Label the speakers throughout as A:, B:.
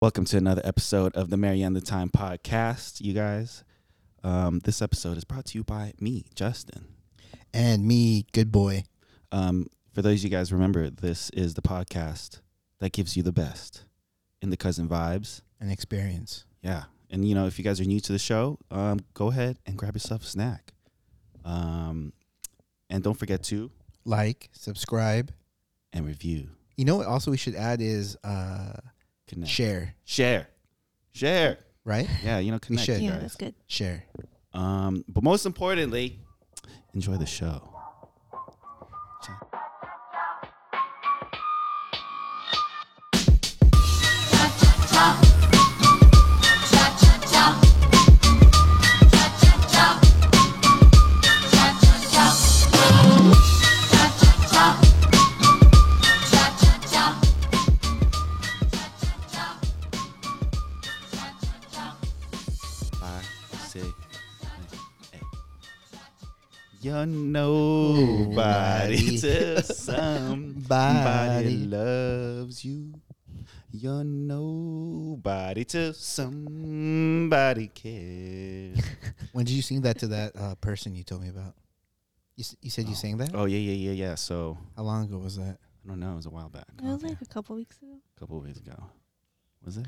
A: Welcome to another episode of the Marianne the Time podcast, you guys. Um, this episode is brought to you by me, Justin.
B: and me, good boy.
A: Um, for those you guys remember, this is the podcast that gives you the best in the cousin vibes.
B: An experience.
A: Yeah. And, you know, if you guys are new to the show, um, go ahead and grab yourself a snack. Um, and don't forget to
B: Like, subscribe.
A: and review,
B: You know what? Also, we should add is uh,
A: connect,
B: share.
A: share, share.
B: Right?
A: Yeah, you know, connect,
B: should.
A: you
C: Yeah,
A: guys.
C: that's good.
B: Share.
A: Um, but most importantly, enjoy the show. Five, six, seven, eight. You're nobody
B: Nobody.
A: till somebody
B: Body.
A: loves you. You're nobody till somebody cares.
B: When did you sing that to that uh, person you told me about? You, s- you said you sang that?
A: oh yeah, yeah, yeah, yeah. So
B: How long ago was that?
A: I don't know. It was a while back,
C: It was like a couple weeks ago.
A: a couple of weeks ago. Was it?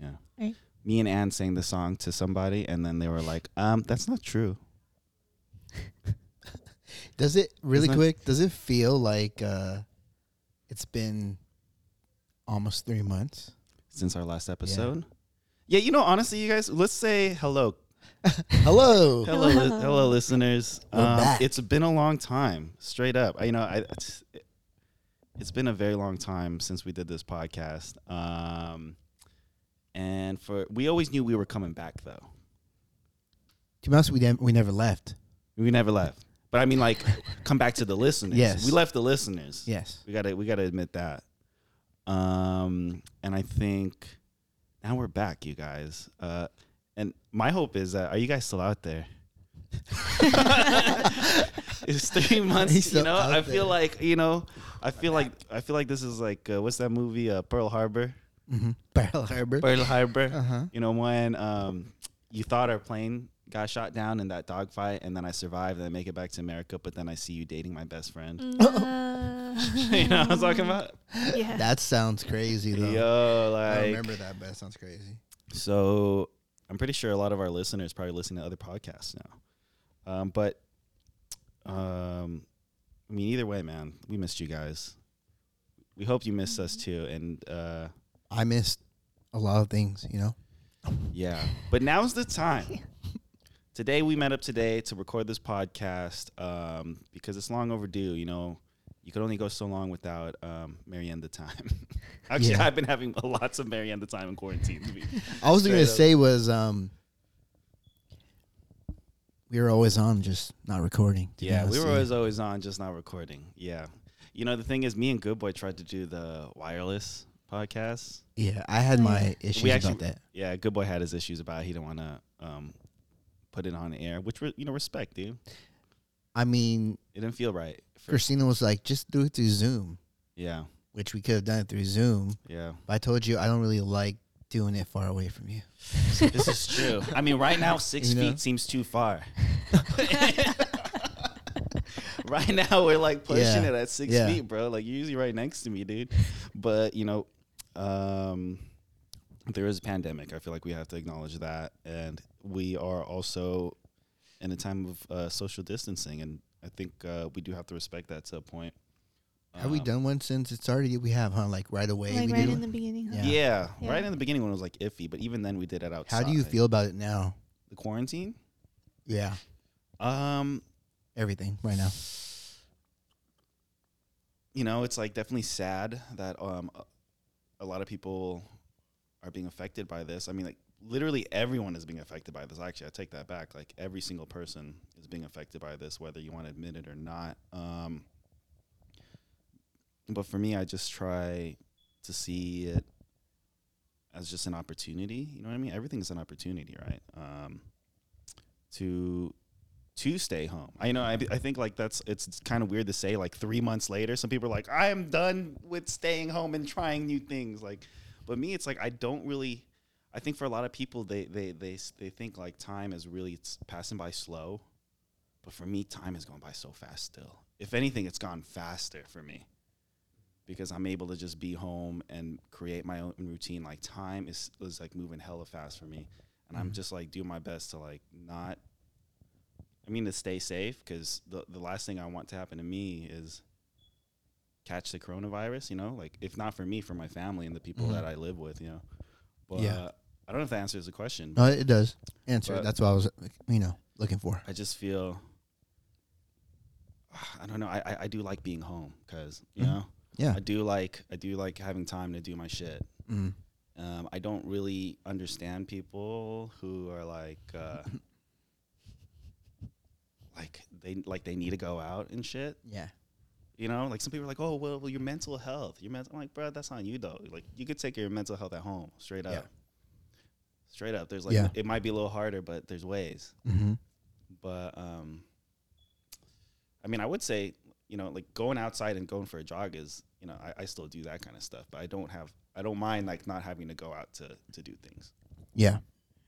A: Yeah.
C: Right.
A: Me and Ann sang the song to somebody, and then they were like, "Um, that's not true."
B: Does it really
A: It's not-
B: quick? Does it feel like uh, it's been almost three months?
A: since our last episode. Yeah, you know, honestly, you guys, let's say hello,
B: Hello.
A: hello, li-
C: Hello.
A: hello, listeners. Um,
B: We're back.
A: It's been a long time, straight up. I, you know, I, it's, it's been a very long time since we did this podcast. Um, and for we always knew we were coming back though.
B: To be honest, we, dem- we never left.
A: We never left, but I mean, like, come back to the listeners.
B: Yes.
A: we left the listeners.
B: Yes.
A: We gotta we gotta admit that. Um, and I think now we're back, you guys. Uh, and my hope is that are you guys still out there? it's three
B: He's
A: months. You
B: still
A: know,
B: out
A: I feel
B: there.
A: like you know, I feel like I feel like this is like uh, what's that movie? Uh, Pearl Harbor.
B: Mm-hmm. Pearl Harbor.
A: Pearl Harbor.
B: Uh-huh.
A: You know when um, you thought our plane got shot down in that dogfight, and then I survived and I make it back to America, but then I see you dating my best friend. you know what I'm talking about?
C: Mm. Yeah.
B: That sounds crazy, though.
A: Yo,
B: I don't
A: like
B: remember that, but that sounds crazy.
A: So I'm pretty sure a lot of our listeners probably listen to other podcasts now. Um, but um, I mean, either way, man, we missed you guys. We hope you missed us too. And uh,
B: I missed a lot of things, you know.
A: yeah, but now's the time. Today we met up today to record this podcast um, because it's long overdue. You know, you could only go so long without um, Marianne the Time. Actually,
B: Yeah.
A: I've been having lots of Marianne the Time in quarantine. To be
B: I was going to
A: Straight up.
B: say was um, we were always on, just not recording. to be
A: Yeah, we
B: honest
A: were
B: with
A: always always on, just not recording. Yeah, you know the thing is, me and Good Boy tried to do the wireless podcast.
B: you. Yeah, I had
C: Oh,
B: my
A: We
B: issues
A: actually-
B: about that.
A: Yeah, Good Boy had his issues about it. he didn't want to um, put it on air, which re- you know respect, dude.
B: I mean,
A: It didn't feel right. for-
B: Christina was like, "Just do it through Zoom,"
A: yeah,
B: which we could have done it through Zoom.
A: yeah,
B: But I told you I don't really like doing it far away from you.
A: this is true. I mean, right now six
B: You know?
A: feet seems too far. right now we're like pushing
B: Yeah.
A: it at six
B: Yeah.
A: feet, bro. Like you're usually right next to me, dude. But you know, um, there is a pandemic. I feel like we have to acknowledge that, and we are also in a time of uh, social distancing, and I think uh, we do have to respect that to a point.
B: have we
A: Um,
B: done one since it started? We have, huh? Like right away.
C: Like
B: we
C: right
B: did one?
C: in the beginning. huh?
A: Yeah.
B: Yeah.
A: right
C: Yeah.
A: in the beginning when it was like iffy, but even then we did it outside.
B: How do you feel about it now?
A: the quarantine?
B: Yeah,
A: Um,
B: everything right now.
A: you know, it's like definitely sad that um a- a lot of people are being affected by this. I mean, like literally everyone is being affected by this. Actually, I take that back. Like every single person is being affected by this, whether you want to admit it or not. Um, but for me, I just try to see it as just an opportunity. You know what I mean? Everything's an opportunity, right? Um, to to stay home. I know. I, I think like that's it's kind of weird to say. Like three months later, some people are like, "I am done with staying home and trying new things." Like, But me, it's like I don't really. I think for a lot of people, they they they s- they think like time is really it's passing by slow, but for me, time is going by so fast. Still, if anything, it's gone faster for me because I'm able to just be home and create my own routine. Like time is is like moving hella fast for me, and I'm just like doing my best to like not. I mean to stay safe because the the last thing I want to happen to me is catch the coronavirus. You know, like if not for me, for my family and the people
B: Mhm.
A: that I live with. You know, but
B: Yeah.
A: uh, I don't know if that answers the question.
B: No, it does answer.
A: But-
B: That's what I was, you know, looking for.
A: I just feel. I don't know. I, I, I do like being home because you
B: Mhm.
A: know
B: Yeah.
A: I do like I do like having time to do my shit.
B: Mm.
A: Um, I don't really understand people who are like, uh, like they like they need to go out and shit.
B: Yeah.
A: You know, like some people are like, oh well, well your mental health, your mental. I'm like, bro, that's on you though. Like you could take care of your mental health at home, straight up,
B: Yeah.
A: straight up. There's like
B: Yeah.
A: it might be a little harder, but there's ways.
B: hmm
A: But um, I mean, I would say you know, like going outside and going for a jog is you know I, I still do that kind of stuff, but I don't have I don't mind like not having to go out to to do things.
B: Yeah.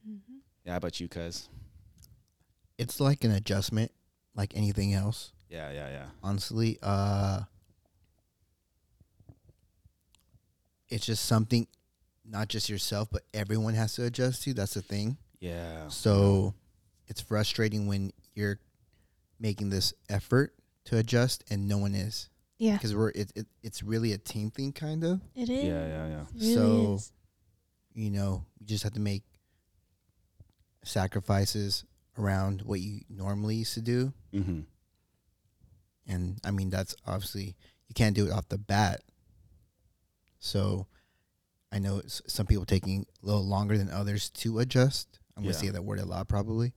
C: Mm-hmm.
A: Yeah, how about you, cuz?
B: It's like an adjustment, like anything else.
A: Yeah, yeah, yeah.
B: honestly. Uh, it's just something, not just yourself, but everyone has to adjust to. That's the thing.
A: Yeah.
B: So it's frustrating when you're making this effort to adjust and no one is
C: Yeah,
B: because we're it, it, it's really a team thing kind of
C: it is.
A: Yeah, yeah, yeah.
C: It Really
B: So-
C: is.
B: you know you just have to make sacrifices around what you normally used to do
A: Mm-hmm.
B: and I mean that's obviously you can't do it off the bat. So I know it's some people taking a little longer than others to adjust. I'm
A: Yeah.
B: gonna say that word a lot probably.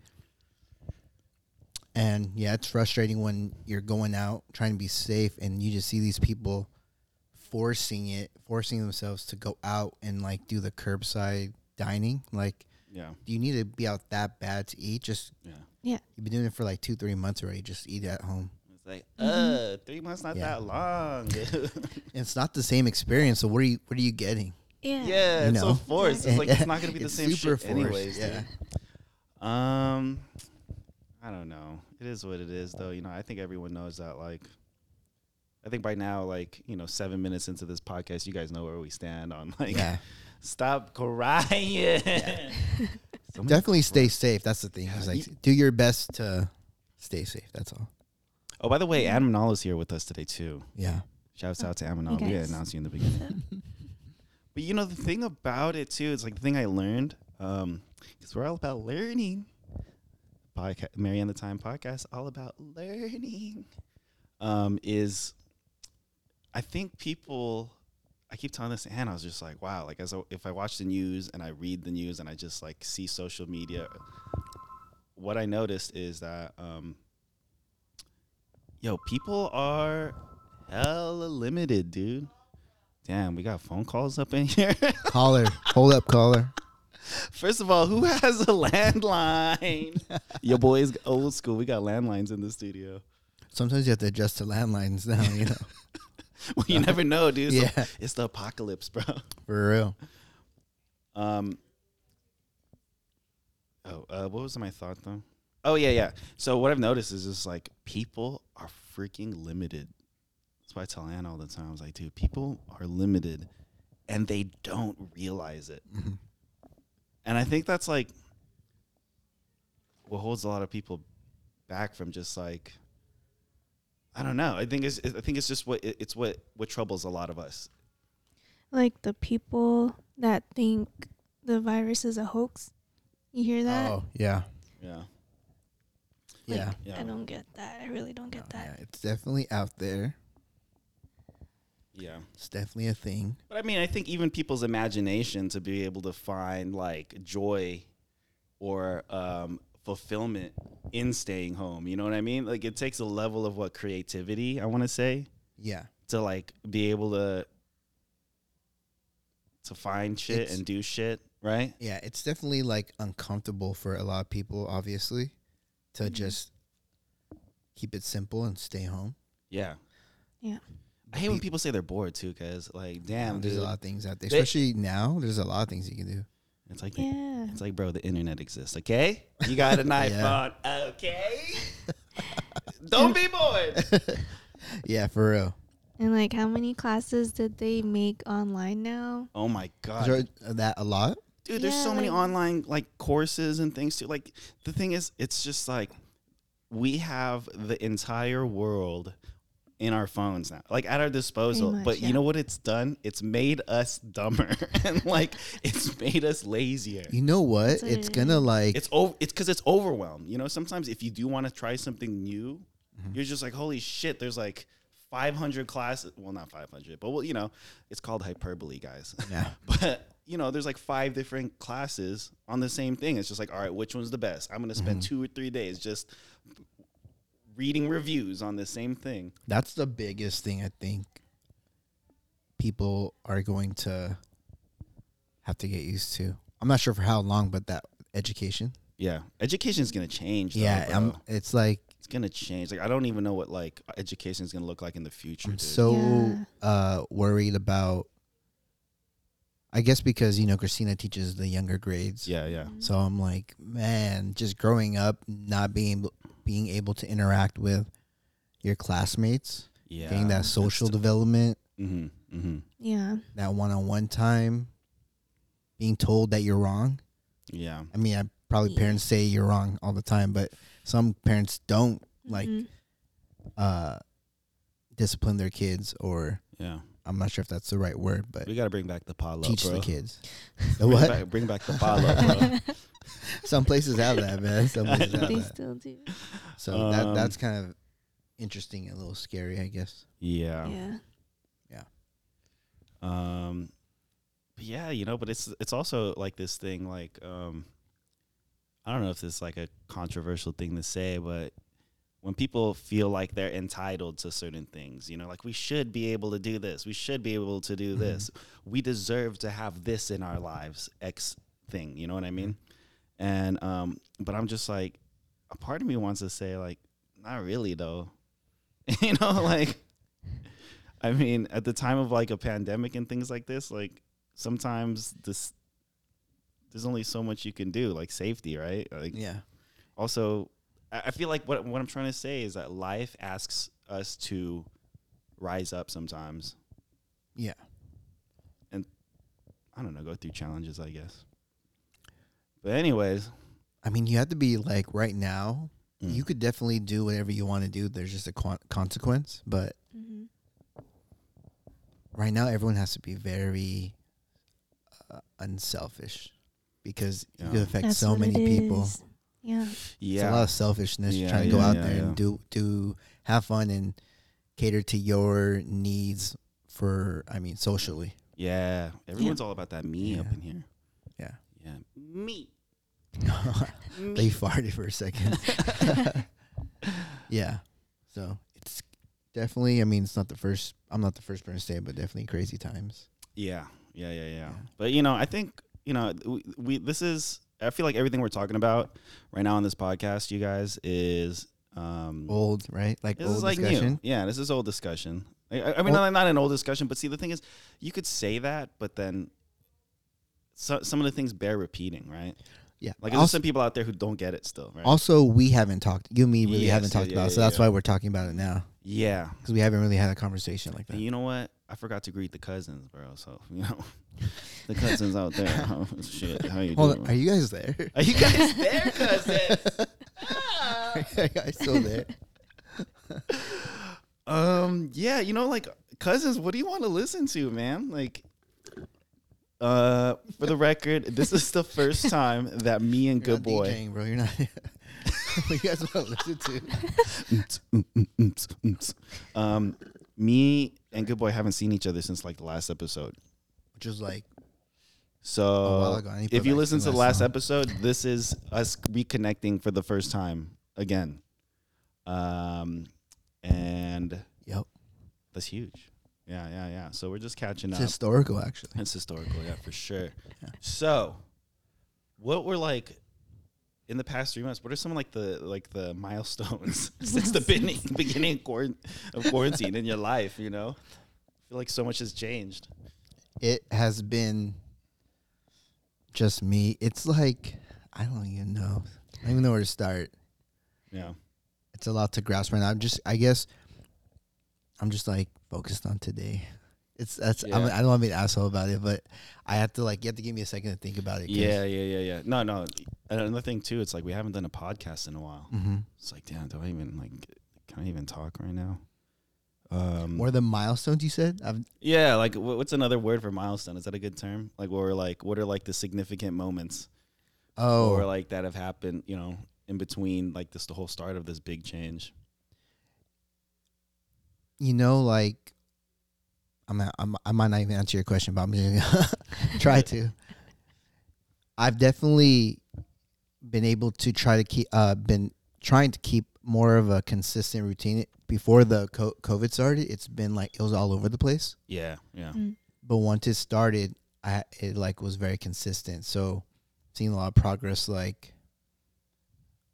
B: And yeah, it's frustrating when you're going out trying to be safe and you just see these people forcing it, forcing themselves to go out and like do the curbside dining. Like,
A: Yeah,
B: do you need to be out that bad to eat? Just
A: yeah.
B: you've been doing it for like two, three months already. Just eat at home.
A: It's like,
C: Mhm.
A: uh, three months not
B: Yeah.
A: that long.
B: It's not the same experience. So what are you what are you getting?
C: Yeah.
A: yeah, it's so
B: No.
A: forced. It's like it's not gonna be the
B: It's
A: same
B: super
A: shit anyways.
B: forced, yeah.
A: dude. Um, I don't know. It is what it is, though. You know, I think everyone knows that. Like, I think by now, like you know, seven minutes into this podcast, you guys know where we stand on like,
B: Yeah.
A: stop crying. Somebody
B: Definitely stay safe. That's the thing.
A: Yeah,
B: It's like
A: you-
B: do your best to stay safe. That's all.
A: Oh, by the way, Aminal is here with us today too.
B: Yeah.
A: Shouts out to
C: Oh, you
A: Aminal. We
C: guys.
A: announced you in the beginning. But you know the thing about it too, it's like the thing I learned, because we're all about learning. Podcast, Mary and the Time podcast, all about learning. Um, is I think people, I keep telling this to Anna, I was just like, wow, like as I, if I watch the news and I read the news and I just like see social media, what I noticed is that, um, yo, people are hella limited, dude. Damn, we got phone calls up in here.
B: Caller. Hold up, caller.
A: First of all, who has a landline? Your boy's old school. We got landlines in the studio.
B: Sometimes you have to adjust to landlines now, you know.
A: Well, you never know, dude. So
B: Yeah.
A: it's the apocalypse, bro.
B: For real.
A: Um. Oh, uh, what was my thought though? Oh yeah, yeah. So what I've noticed is just like people are freaking limited. That's why I tell Ann all the time. I was like, dude, people are limited, and they don't realize it.
B: Mhm.
A: And I think that's like what holds a lot of people back from just like I don't know. I think it's I think it's just what it's what what troubles a lot of us.
C: Like the people that think the virus is a hoax. You hear that?
B: Oh, yeah.
A: Yeah.
C: Like,
B: Yeah.
A: Yeah.
C: I don't get that. I really don't
B: No,
C: get that.
B: yeah. It's definitely out there.
A: Yeah.
B: It's definitely a thing.
A: But I mean, I think even people's imagination to be able to find like joy or um, fulfillment in staying home. You know what I mean? Like it takes a level of what creativity I want to say
B: Yeah.
A: to like be able to to find shit
B: It's-
A: and do shit, right?
B: Yeah. It's definitely like uncomfortable for a lot of people, obviously, to
C: Mhm.
B: just keep it simple and stay home.
A: Yeah.
C: Yeah.
A: I hate when people say they're bored too, because like, damn,
B: there's
A: dude.
B: a lot of things out there,
A: They-
B: especially now. There's a lot of things you can do.
A: It's like,
C: Yeah.
A: it's like, bro, the internet exists. Okay, you got an iPhone.
B: Yeah.
A: Okay, don't be bored.
B: Yeah, for real.
C: And like, how many classes did they make online now?
A: Oh my god,
B: Is there uh, that a lot?
A: dude there's
C: Yeah,
A: so many
C: like-
A: online like courses and things too like the thing is it's just like we have the entire world in our phones now like at our disposal
C: much,
A: but
C: yeah.
A: you know what it's done it's made us dumber and like it's made us lazier
B: You know what?
C: That's what
B: It's
C: it
B: gonna like
A: it's over it's because it's overwhelmed you know sometimes if you do want to try something new
B: Mm-hmm.
A: you're just like holy shit there's like 500 classes well not 500 but well you know it's called hyperbole guys
B: yeah.
A: but you know there's like five different classes on the same thing it's just like all right which one's the best i'm gonna
B: Mm-hmm.
A: spend two or three days just reading reviews on the same thing
B: That's the biggest thing I think people are going to have to get used to. I'm not sure for how long, but that education.
A: yeah education's gonna change though,
B: yeah,
A: bro.
B: I'm, it's like
A: it's gonna change like i don't even know what like education's gonna look like in the future
B: I'm
A: dude.
B: so
C: Yeah.
B: uh, worried about. I guess because you know Christina teaches the younger grades,
A: yeah yeah
C: Mm-hmm.
B: so I'm like, man, just growing up, not being able- being able to interact with your classmates,
A: yeah
B: getting that social development,
A: mm-hmm, mm-hmm.
C: Yeah.
B: that one on one time, being told that you're wrong.
A: yeah
B: I mean, I probably
C: Yeah.
B: parents say you're wrong all the time, but some parents don't
A: Mm-hmm.
B: like
C: Mhm.
B: uh, discipline their kids, or
A: yeah
B: I'm not sure if that's the right word, but
A: we gotta bring back the palo
B: teach
A: bro
B: the kids. The
A: bring
B: what?
A: back, bring back the palo
B: uh,
A: bro
B: some places have that, man. Some
A: I
B: places have
C: they
B: that.
C: still do.
B: So that
A: Um,
B: that's kind of interesting, and a little scary, I guess.
A: yeah
C: yeah.
A: Um, but yeah, you know, but it's it's also like this thing, like um, I don't know if this is like a controversial thing to say, but when people feel like they're entitled to certain things, you know, like we should be able to do this, we should be able to do this, we deserve to have this in our lives, X thing, you know what I mean? And um, but I'm just like, a part of me wants to say like, not really though, you know, like. I mean, at the time of like a pandemic and things like this, like sometimes this there's only so much you can do, like safety, right? Like
B: Yeah,
A: also I I feel like what what I'm trying to say is that life asks us to rise up sometimes.
B: yeah.
A: I don't know, go through challenges, I guess. But anyways,
B: I mean, you have to be like right now.
A: Mm.
B: You could definitely do whatever you want to do. There's just a con- consequence, but
C: hmm
B: right now everyone has to be very uh, unselfish because
A: Yeah.
B: you could affect so many people.
C: Yeah.
B: It's a
A: yeah.
B: lot of selfishness
A: Yeah,
B: trying to go
A: yeah,
B: out
A: yeah,
B: there
A: yeah.
B: and do do have fun and cater to your needs for I mean socially.
A: Yeah. Everyone's all about that me up
B: Yeah.
A: in here.
B: Yeah.
A: Yeah. Me.
B: they farted for a second. yeah. So it's definitely I mean it's not the first I'm not the first person to say it, but definitely crazy times.
A: Yeah, yeah, yeah, yeah.
B: Yeah.
A: But you know, I think you know we, we this is. I feel like everything we're talking about right now on this podcast, you guys, is um,
B: Old, right? Like
A: this
B: old
A: is like
B: discussion.
A: new. Yeah, this is old discussion. I, I- I mean, not, not an old discussion, but see, the thing is, you could say that, but then so, some of the things bear repeating, right?
B: Yeah.
A: Like
B: Also-
A: there's some people out there who don't get it still, right?
B: Also, we haven't talked. You and me really
A: Yes,
B: haven't
A: yeah,
B: talked
A: yeah,
B: about it,
A: yeah,
B: so that's
A: yeah.
B: why we're talking about it now
A: yeah.
B: because we haven't really had a conversation like
A: And
B: that.
A: you know what? I forgot to greet the cousins, bro. So you know, the cousins out there. oh, shit, how you
B: Hold
A: doing?
B: on, are you guys there?
A: Are you guys there, cousins?
B: Are you guys still there?
A: Um, yeah, you know, like cousins, what do you want to listen to, man? Like, uh, for the record, this is the first time that me and
B: You're
A: Good
B: not
A: Boy,
B: DJing, bro. You're not. what you guys want to listen to?
A: um, me and Good Boy haven't seen each other since like the last episode.
B: Which is like, while
A: So,
B: ago, I need to
A: if
B: put
A: you
B: back
A: listen
B: the
A: to the
B: last
A: last
B: song.
A: episode, this is us reconnecting for the first time again. Um, and
B: yep,
A: that's huge. Yeah, yeah, yeah. So we're just catching
B: it's
A: up.
B: historical actually.
A: It's historical, yeah, for sure. So, what were like in the past three months? What are some like the like the milestones since the beginning beginning of quaran- of quarantine in your life? You know, feel like so much has changed.
B: it has been just me. It's like I don't even know. I don't even know where to start.
A: Yeah.
B: It's a lot to grasp right now. I'm just I guess I'm just like focused on today. It's that's I'm,
A: Yeah.
B: I don't want to be an asshole about it, but I have to like you have to give me a second to think about it.
A: Yeah, yeah, yeah, yeah. No, no. And Another thing too, it's like we haven't done a podcast in a while.
B: Mm-hmm.
A: It's like, damn, do I even like can I even talk right now? Um
B: What are the milestones you said? I've,
A: Yeah, like wh- what's another word for milestone? Is that a good term? Like what are like what are like the significant moments
B: oh,
A: or like that have happened, you know, in between like this the whole start of this big change.
B: you know, like I'm, not, I'm I might not even answer your question, but I'm gonna try to. I've definitely been able to try to keep uh been trying to keep more of a consistent routine. Before the co- COVID started, it's been like it was all over the place,
A: Yeah, yeah.
C: Mm.
B: but once it started, I it like was very consistent. So, seen a lot of progress, like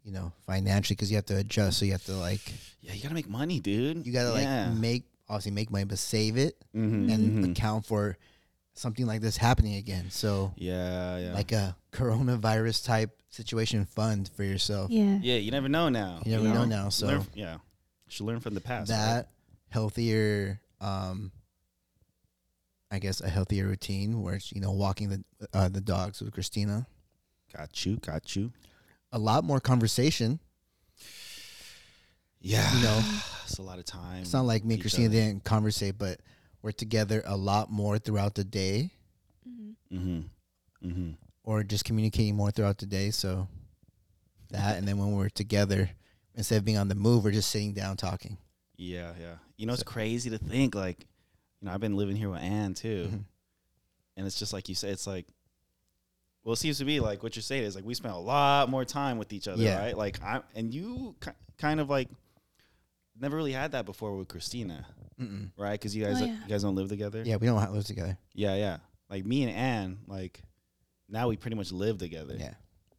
B: you know, financially, because you have to adjust. So you have to like
A: Yeah, you gotta make money, dude.
B: you gotta
A: yeah.
B: like make obviously make money, but save it
A: mm-hmm,
B: and account for something like this happening again. So
A: yeah, yeah.
B: like a coronavirus type situation fund for yourself.
C: Yeah.
A: yeah, you never know now.
B: You never know now. So
A: learn, yeah, should learn from the past.
B: that
A: right?
B: healthier, um, I guess a healthier routine where it's, you know walking the uh, the dogs with Christina.
A: got you, got you.
B: A lot more conversation.
A: Yeah,
B: You know.
A: it's a lot of time.
B: It's not like me and
A: Each
B: Christina
A: other.
B: didn't conversate, but we're together a lot more throughout the day,
C: Mhm.
A: Mm-hmm. Mm-hmm.
B: or just communicating more throughout the day. So that, and then when we're together, instead of being on the move, we're just sitting down talking.
A: Yeah, yeah. You know, it's
B: So-
A: crazy to think like, you know, I've been living here with Ann too,
B: Mhm.
A: and it's just like you said, it's like, well, it seems to be like what you're saying is like we spent a lot more time with each other,
B: Yeah.
A: right? Like I and you ki- kind of like never really had that before with Christina,
B: Mm-mm.
A: right? Because you guys
C: Oh, yeah.
A: you guys don't live together.
B: Yeah, we don't ha- live together.
A: yeah, yeah. Like me and Ann, like now we pretty much live together.
B: Yeah,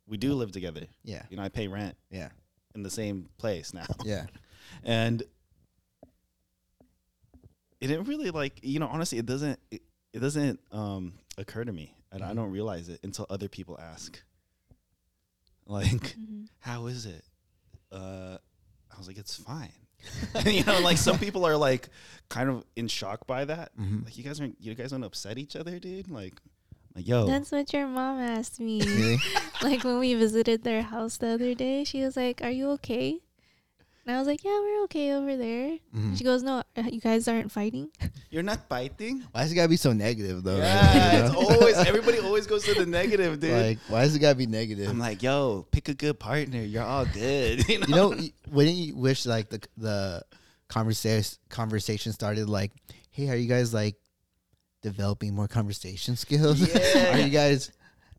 A: we do live together.
B: yeah,
A: You know, I pay rent
B: yeah,
A: in the same place now.
B: yeah.
A: and it didn't really like you know honestly it doesn't it, it doesn't um occur to me and i
B: Mhm.
A: don't realize it until other people ask like
C: Mhm.
A: how is it uh i was like it's fine you know like some people are like kind of in shock by that
B: Mhm.
A: like you guys aren't you guys don't upset each other dude like like yo
C: That's what your mom asked me.
B: Really?
C: like when we visited their house the other day, she was like, "Are you okay?" And I was like, "Yeah, we're okay over there."
B: Mhm.
A: Mm.
C: She goes, "No, uh, you guys aren't fighting."
A: you're not biting
B: Why does it gotta be so negative though?
A: yeah it's
B: You know?
A: always everybody always goes to the negative dude
B: like, why does it gotta be negative?
A: I'm like, yo, pick a good partner. You're all good. You know?
B: you know, y- wouldn't you wish like the the conversation conversation started like, hey, are you guys like developing more conversation skills?
A: Yeah.
B: are you guys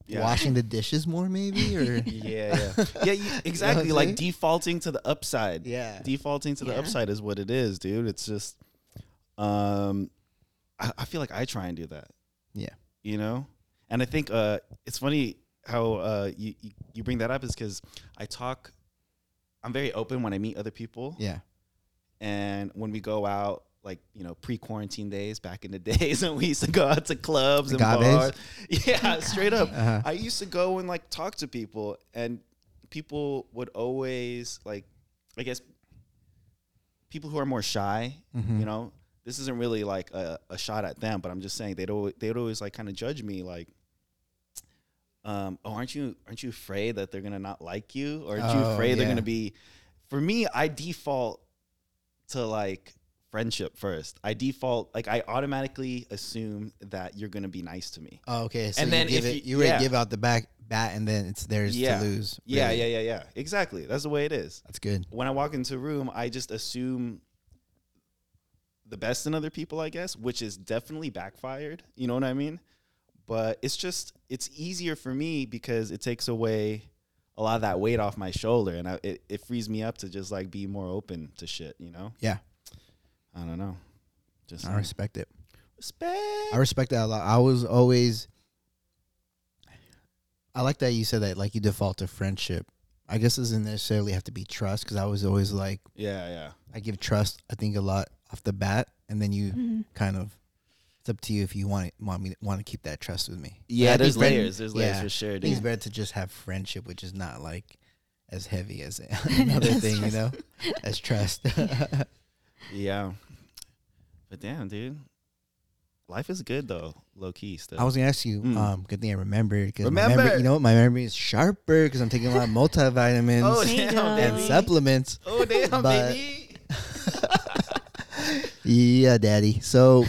A: Yeah.
B: washing the dishes more maybe? Or
A: yeah, yeah, yeah, you- exactly.
B: I'm
A: like
B: saying?
A: defaulting to the upside.
B: yeah,
A: Defaulting to the
C: Yeah.
A: upside is what it is, dude. It's just, um, I, I feel like I try and do that.
B: Yeah.
A: You know, and I think uh, it's funny how uh you you- you bring that up is because I talk, I'm very open when I meet other people.
B: yeah,
A: and when we go out like you know pre-quarantine days back in the days when we used to go out to clubs and bars
B: Agaves?
A: yeah straight up
B: Uh-huh.
A: i used to go and like talk to people and people would always like i guess people who are more shy you
B: Mm-hmm.
A: know this isn't really like a, a shot at them but i'm just saying they'd always, they'd always like kind of judge me like um, oh aren't you aren't you afraid that they're gonna not like you or aren't you
B: Oh,
A: afraid they're
B: yeah.
A: gonna be for me i default to like friendship first i default like i automatically assume that you're gonna be nice to me
B: Oh, okay. So
A: And
B: you
A: then
B: give
A: if
B: it,
A: you-
B: you already
A: yeah.
B: give out the back bat, and then it's theirs
A: Yeah.
B: to lose.
A: yeah
B: really.
A: yeah yeah yeah exactly that's the way it is
B: That's good.
A: when I walk into a room, I just assume the best in other people, I guess, which is definitely backfired. You know what I mean? But it's just it's easier for me because it takes away a lot of that weight off my shoulder, and I, it it frees me up to just like be more open to shit. You know?
B: Yeah.
A: I don't know. Just
B: I respect it.
A: respect.
B: I respect that a lot. I was always. I like that you said that, like you default to friendship. I guess it doesn't necessarily have to be trust because I was always like,
A: yeah, yeah, Mm-hmm.
B: I give trust, I think, a lot off the bat, and then you
C: Mhm.
B: kind of up to you if you want it, want me want to keep that trust with me.
A: Yeah,
B: I think
A: there's
B: friend-
A: layers. There's layers
B: yeah.
A: for sure,
B: I think it's
A: dude.
B: better to just have friendship, which is not like as heavy as another thing, you know, as trust.
A: Yeah. But damn, dude. Life is good though, low key still.
B: I was gonna ask you.
A: Mm.
B: Um, good thing I remembered. 'cause My
A: Remember.
B: memory, you know, what? my memory is sharper because I'm taking a lot of multivitamins
A: Oh
C: There you
A: damn,
C: go.
B: and
A: baby.
B: supplements.
A: Oh damn,
B: But-
A: baby.
B: Yeah, daddy. So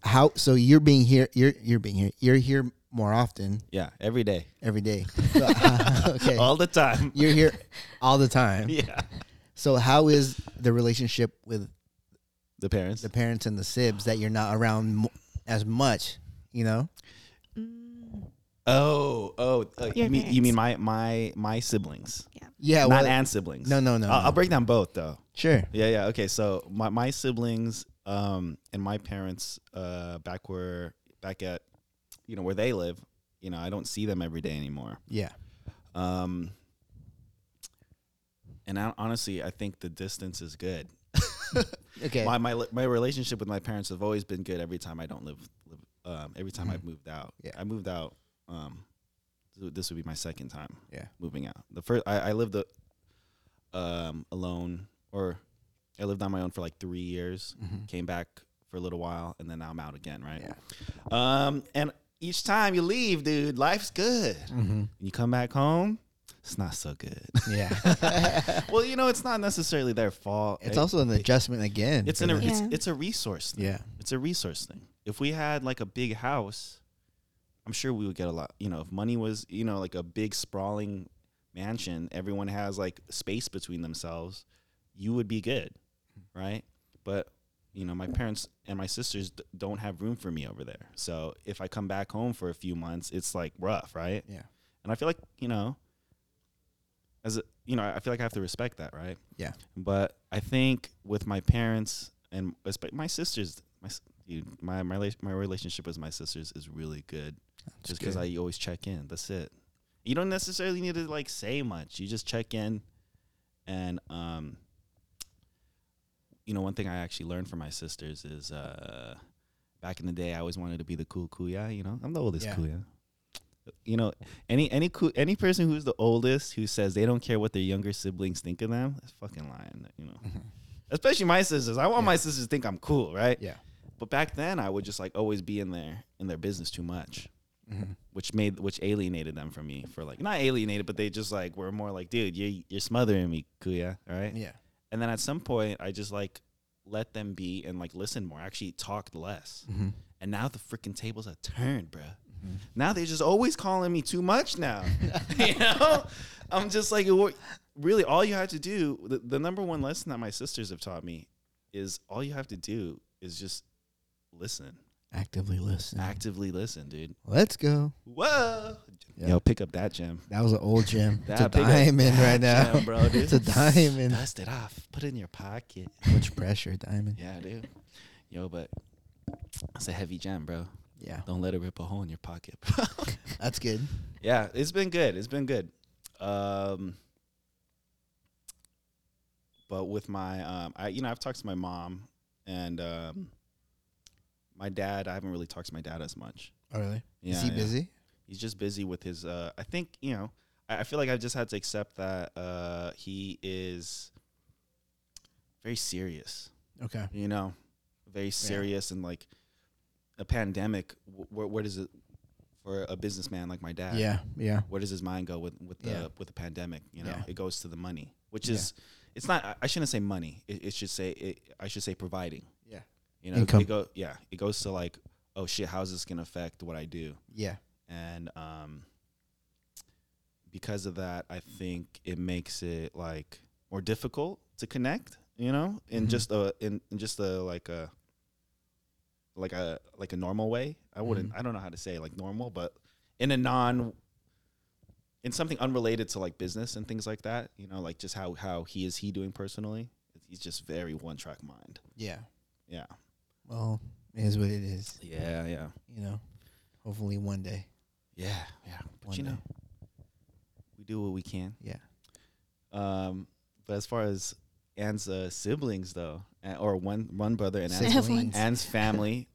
B: how? So you're being here. You're you're being here. You're here more often
A: Yeah, every day.
B: every day. So, okay.
A: All the time.
B: you're here all the time.
A: Oh. yeah.
B: So how is the relationship with
A: The parents.
B: the parents and the sibs that you're not around mo- as much? You know,
C: Mm,
A: oh, oh, uh,
C: Your
A: you mean you mean
C: parents.
A: my my my siblings,
B: yeah.
A: not
B: well,
A: aunt siblings.
B: no, no, no.
A: I'll,
B: no.
A: I'll break down both though.
B: Sure.
A: Yeah, yeah. Okay, so my my siblings um and my parents uh back where back at you know where they live, you know, I don't see them every day anymore.
B: Yeah.
A: Um and I, honestly, I think the distance is good.
B: Okay.
A: My my my relationship with my parents have always been good every time I don't live, live um every time I've moved out.
B: Mm-hmm. Yeah.
A: I moved out um th- this would be my second time
B: Yeah.
A: moving out. The first I, I lived a, um alone or I lived on my own for like three years.
B: Mhm.
A: Came back for a little while and then now I'm out again, right?
B: Yeah.
A: Um and each time you leave, dude, life's good.
B: Mhm.
A: You come back home, it's not so good.
B: Mm-hmm. Yeah.
A: well, you know, it's not necessarily their fault.
B: it's
A: It-
B: also an adjustment again.
A: it's
B: for
A: an er,
B: them.
A: it's,
C: Yeah.
A: it's a resource thing.
B: yeah.
A: It's a resource thing. If we had like a big house, I'm sure we would get a lot. You know, if money was, you know, like a big sprawling mansion, everyone has like space between themselves, you would be good, right? But you know, my parents and my sisters d- don't have room for me over there. So if I come back home for a few months, it's like rough, right?
B: Yeah.
A: And I feel like, you know, as a, you know, I feel like I have to respect that, right?
B: Yeah.
A: But I think with my parents and espe- my sisters, my s- dude, my my rela- my relationship with my sisters is really good, just because I always check in. That's it. You don't necessarily need to like say much. You just check in, and um, you know, one thing I actually learned from my sisters is uh, back in the day, I always wanted to be the cool kuya. You know, I'm the oldest
B: Yeah.
A: kuya. You know, any any cool, any person who's the oldest who says they don't care what their younger siblings think of them, that's fucking lying. You know,
B: Mhm.
A: especially my sisters. I want
B: Yeah.
A: my sisters to think I'm cool, right?
B: Yeah.
A: But back then, I would just like always be in their in their business too much,
B: Mhm.
A: which made which alienated them from me for like not alienated, but they just like were more like, dude, you you're smothering me, kuya, all right?
B: Yeah.
A: And then at some point, I just like let them be and like listen more. Actually, talked less.
B: Mhm.
A: And now the freaking tables are turned, bruh. Now they're just always calling me too much. Now,
B: Mm-hmm.
A: you know, I'm just like, it wa- really, all you have to do. The, the number one lesson that my sisters have taught me is all you have to do is just listen,
B: Actively listen.
A: actively listen, dude.
B: Let's go.
A: Whoa,
B: Yeah.
A: yo, pick up that gem.
B: That was an old gym. it's a
A: That big-
B: diamond right now.
A: Gem, bro, dude.
B: It's a diamond.
A: Dust it off. Put it in your pocket.
B: Much pressure, diamond.
A: Yeah, dude. Yo, but it's a heavy gem, bro.
B: Yeah.
A: Don't let it rip a hole in your pocket.
B: That's good.
A: yeah, it's been good. It's been good. Um, but with my, um, I you know, I've talked to my mom and um, my dad. I haven't really talked to my dad as much.
B: Oh, really?
A: Yeah,
B: Is he
A: yeah.
B: busy?
A: He's just busy with his. Uh, I think you know. I, I feel like I've just had to accept that uh, he is very serious
B: Okay.
A: you know, very serious and like a pandemic. Wh- wh- where does it for a businessman like my dad?
B: Yeah. Yeah.
A: Where does his mind go with with the
B: Yeah.
A: with the pandemic? You know,
B: Yeah.
A: it goes to the money, which
B: Yeah.
A: is it's not. I- I shouldn't say money. It, it should say it, I should say providing.
B: Yeah.
A: You know,
B: Income.
A: it go yeah. It goes to like oh shit, how's this gonna affect what I do?
B: Yeah.
A: and um, because of that, I think it makes it like more difficult to connect. You know, in
B: Mhm.
A: just a in, in just a like a like a like a normal way. I wouldn't. I don't know how to say like normal, but in a non in something unrelated to like business and things like that. You know, like just how how he is he doing personally. He's just very one track mind.
B: Yeah.
A: Yeah.
B: Well, it is what it is.
A: Yeah. Yeah.
B: You know. Hopefully one day.
A: Yeah. Yeah. But
B: One
A: you
B: day.
A: know, we do what we can.
B: Yeah.
A: Um, but as far as Anne's uh, siblings, though, a- or one one brother and Anne's,
C: Siblings.
A: Anne's family,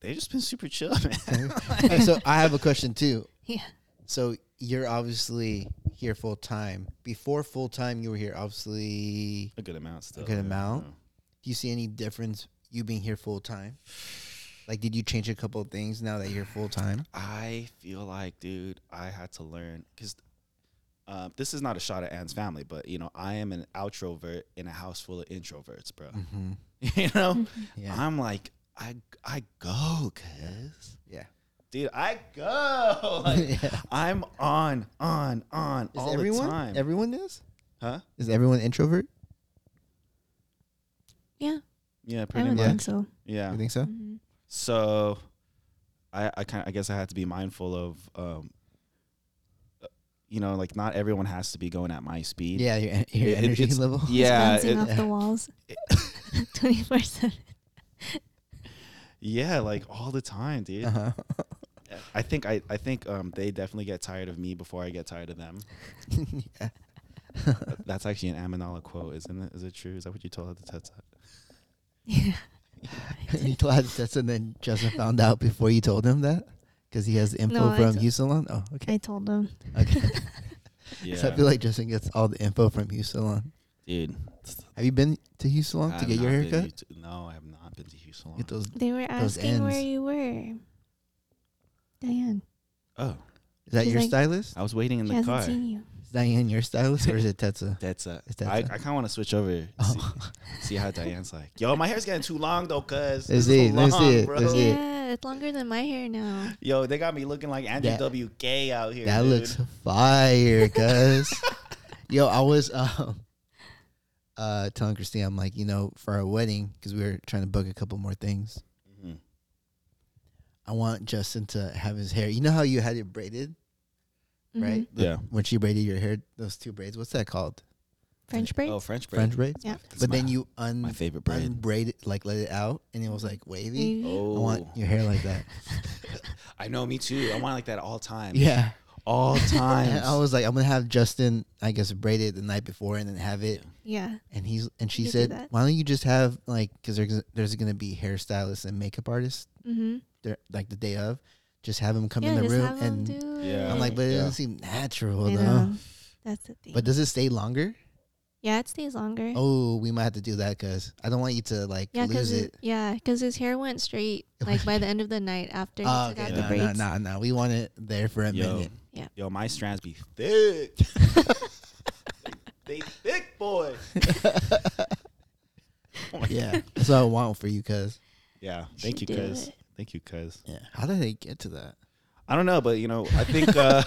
A: they just been super chill, man.
B: Hey, so I have a question too.
C: Yeah.
B: So you're obviously here full time. Before full time, you were here. Obviously,
A: a good amount still.
B: good
A: yeah,
B: amount?
A: yeah.
B: do you see any difference you being here full time? Like, did you change a couple of things now that you're full time?
A: I feel like, dude, I had to learn because uh, this is not a shot at Anne's family, but you know, I am an outrovert in a house full of introverts, bro.
B: Mm-hmm.
A: you know,
B: Yeah.
A: I'm like, I I go, cuz
B: yeah.
A: dude, I go. Like,
B: Yeah.
A: I'm on, on, on
B: Is
A: all
B: everyone?
A: the time.
B: Everyone is.
A: huh?
B: Is everyone introvert?
C: Yeah,
A: Yeah,
C: I
A: pretty
C: would
A: much.
B: Yeah.
C: think so.
A: Yeah.
B: You think so?
C: Mhm.
A: So, I I kind of I guess I had to be mindful of, um, uh, you know, like not everyone has to be going at my speed.
B: Yeah. Your, en- your
A: It- it-
B: energy
A: it's-
B: level.
A: Yeah,
C: bouncing
A: it-
C: off the walls, twenty four seven.
A: Yeah, like all the time, dude.
B: Uh-huh.
A: I think I, I think um they definitely get tired of me before I get tired of them.
B: yeah.
A: That's actually an Aminala quote, isn't it? Is it true? Is that what you told her to test
C: Yeah,
B: you told us that's and then Justin found out before you told him that because he has the info
C: No, I
B: from
C: t-
B: you salon. Oh, okay.
C: I told them.
B: okay.
A: Yeah,
B: So I feel like Justin gets all the info from you salon.
A: dude.
B: Have you been to you salon
A: I
B: to
A: have
B: get your
A: not been
B: haircut?
A: to- no, I have not been to Hugh Salon.
B: Get those.
C: They were
B: Those
C: asking where
B: ends.
C: you were. Diane
A: oh,
B: Is that
C: She's
B: your
C: like-
B: stylist?
A: I was waiting in
C: she
A: the
C: hasn't
A: car.
C: seen you.
B: Is Diane your stylist or is it Tetsa?
A: That's uh,
B: Is that
A: I, I
B: the-
A: kind of want to switch over.
B: Oh.
A: See, see how Diane's like, yo, my hair's getting too long though, cuz.
B: Let's
A: this is
B: see, let's
A: long,
B: see it,
A: bro."
B: let's see it.
C: Yeah, it's longer than my hair now.
A: Yo, they got me looking like Andrew
B: That-
A: W. Gay out here.
B: That
A: dude.
B: looks fire, cuz. Yo, I was um uh telling Christine, I'm like, you know, for our wedding, because we were trying to book a couple more things.
A: Mhm.
B: I want Justin to have his hair. You know how you had it braided,
C: Mm-hmm.
B: right? The-
A: Yeah.
B: When she braided your hair, those two braids. What's that called?
C: French braids.
A: Oh, French braid.
B: French braids.
C: Yeah.
A: That's
B: But
A: my-
B: then you un
A: my favorite braid.
B: unbraid it, like let it out, and it was like wavy.
C: Maybe.
A: Oh,
B: I want your hair like that.
A: I know, me too. I want it like that all time.
B: yeah.
A: all
B: And I
A: time.
B: was like, I'm gonna have Justin, I guess, braid it the night before, and then have it
C: Yeah.
B: and he's and she
C: You do
B: said,
C: that.
B: "Why don't you just have like because there's there's gonna be hairstylists and makeup artists
C: Mm-hmm.
B: there like the day of, just have them come
C: yeah,
B: in the
C: just
B: room
C: have 'em
B: and
C: do
A: Yeah.
C: it.
B: I'm like, but it
A: Yeah.
B: doesn't seem natural
C: I
B: though.
C: know. That's the thing.
B: But does it stay longer?
C: yeah, it stays longer.
B: Oh, we might have to do that because I don't want you to like
C: yeah,
B: lose
C: because
B: it.
C: yeah, because his hair went straight like by the end of the night after he
B: Oh,
C: took
B: okay,
C: out
A: no,
C: the
B: no, no,
C: braids.
B: no, no. We want it there for a
A: Yo,
B: minute.
C: Yeah.
A: yo, my strands be thick. they thick, boy.
B: Yeah, that's what I want for you, cause
A: Yeah. Thank you,
C: Should do
A: cuz.
C: it.
A: Thank you, cuz.
B: yeah. How did they get to that?
A: I don't know, but you know, I think uh,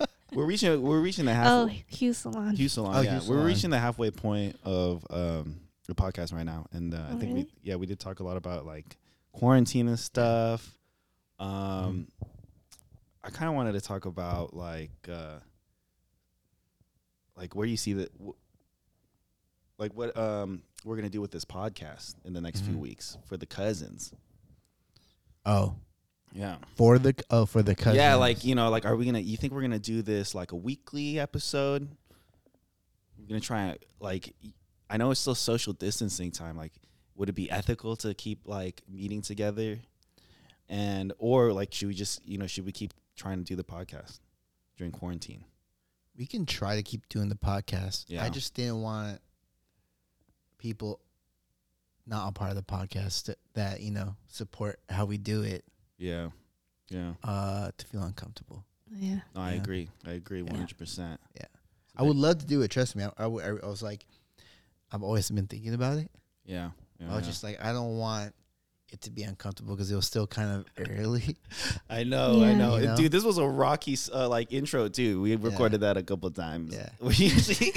A: we're reaching we're reaching the
C: Oh,
A: halfway.
C: Hugh Salon.
A: Hugh Salon,
B: Oh,
A: yeah,
B: Hugh
A: we're
B: Salon.
A: reaching the halfway point of um the podcast right now, and uh, I
C: Oh,
A: think we
C: really?
A: yeah we did talk a lot about like quarantine and stuff. Um, I kind of wanted to talk about like uh, like where you see that, w- like what um we're gonna do with this podcast in the next few
B: Mhm.
A: weeks for the cousins.
B: Oh,
A: Yeah.
B: for the oh for the cousins.
A: Yeah, like you know, like are we gonna? You think we're gonna do this like a weekly episode? We're gonna try and, like, I know it's still social distancing time. Like, would it be ethical to keep like meeting together, and or like should we just you know should we keep trying to do the podcast during quarantine?
B: we can try to keep doing the podcast.
A: Yeah.
B: I just didn't want people not a part of the podcast that, that you know support how we do it
A: Yeah, yeah.
B: uh, to feel uncomfortable.
C: Oh, Yeah.
A: No, I
B: Yeah.
A: agree. I agree one hundred percent.
B: Yeah. I would love to do it. Trust me. I, I, would- I was like, I've always been thinking about it.
A: Yeah. yeah,
B: I was
A: yeah.
B: just like, I don't want it to be uncomfortable because it was still kind of early.
A: I know, I
C: Yeah.
A: know,
B: You know?
A: dude. This was a rocky uh, like intro too. We recorded that a couple times.
B: Yeah.
A: we usually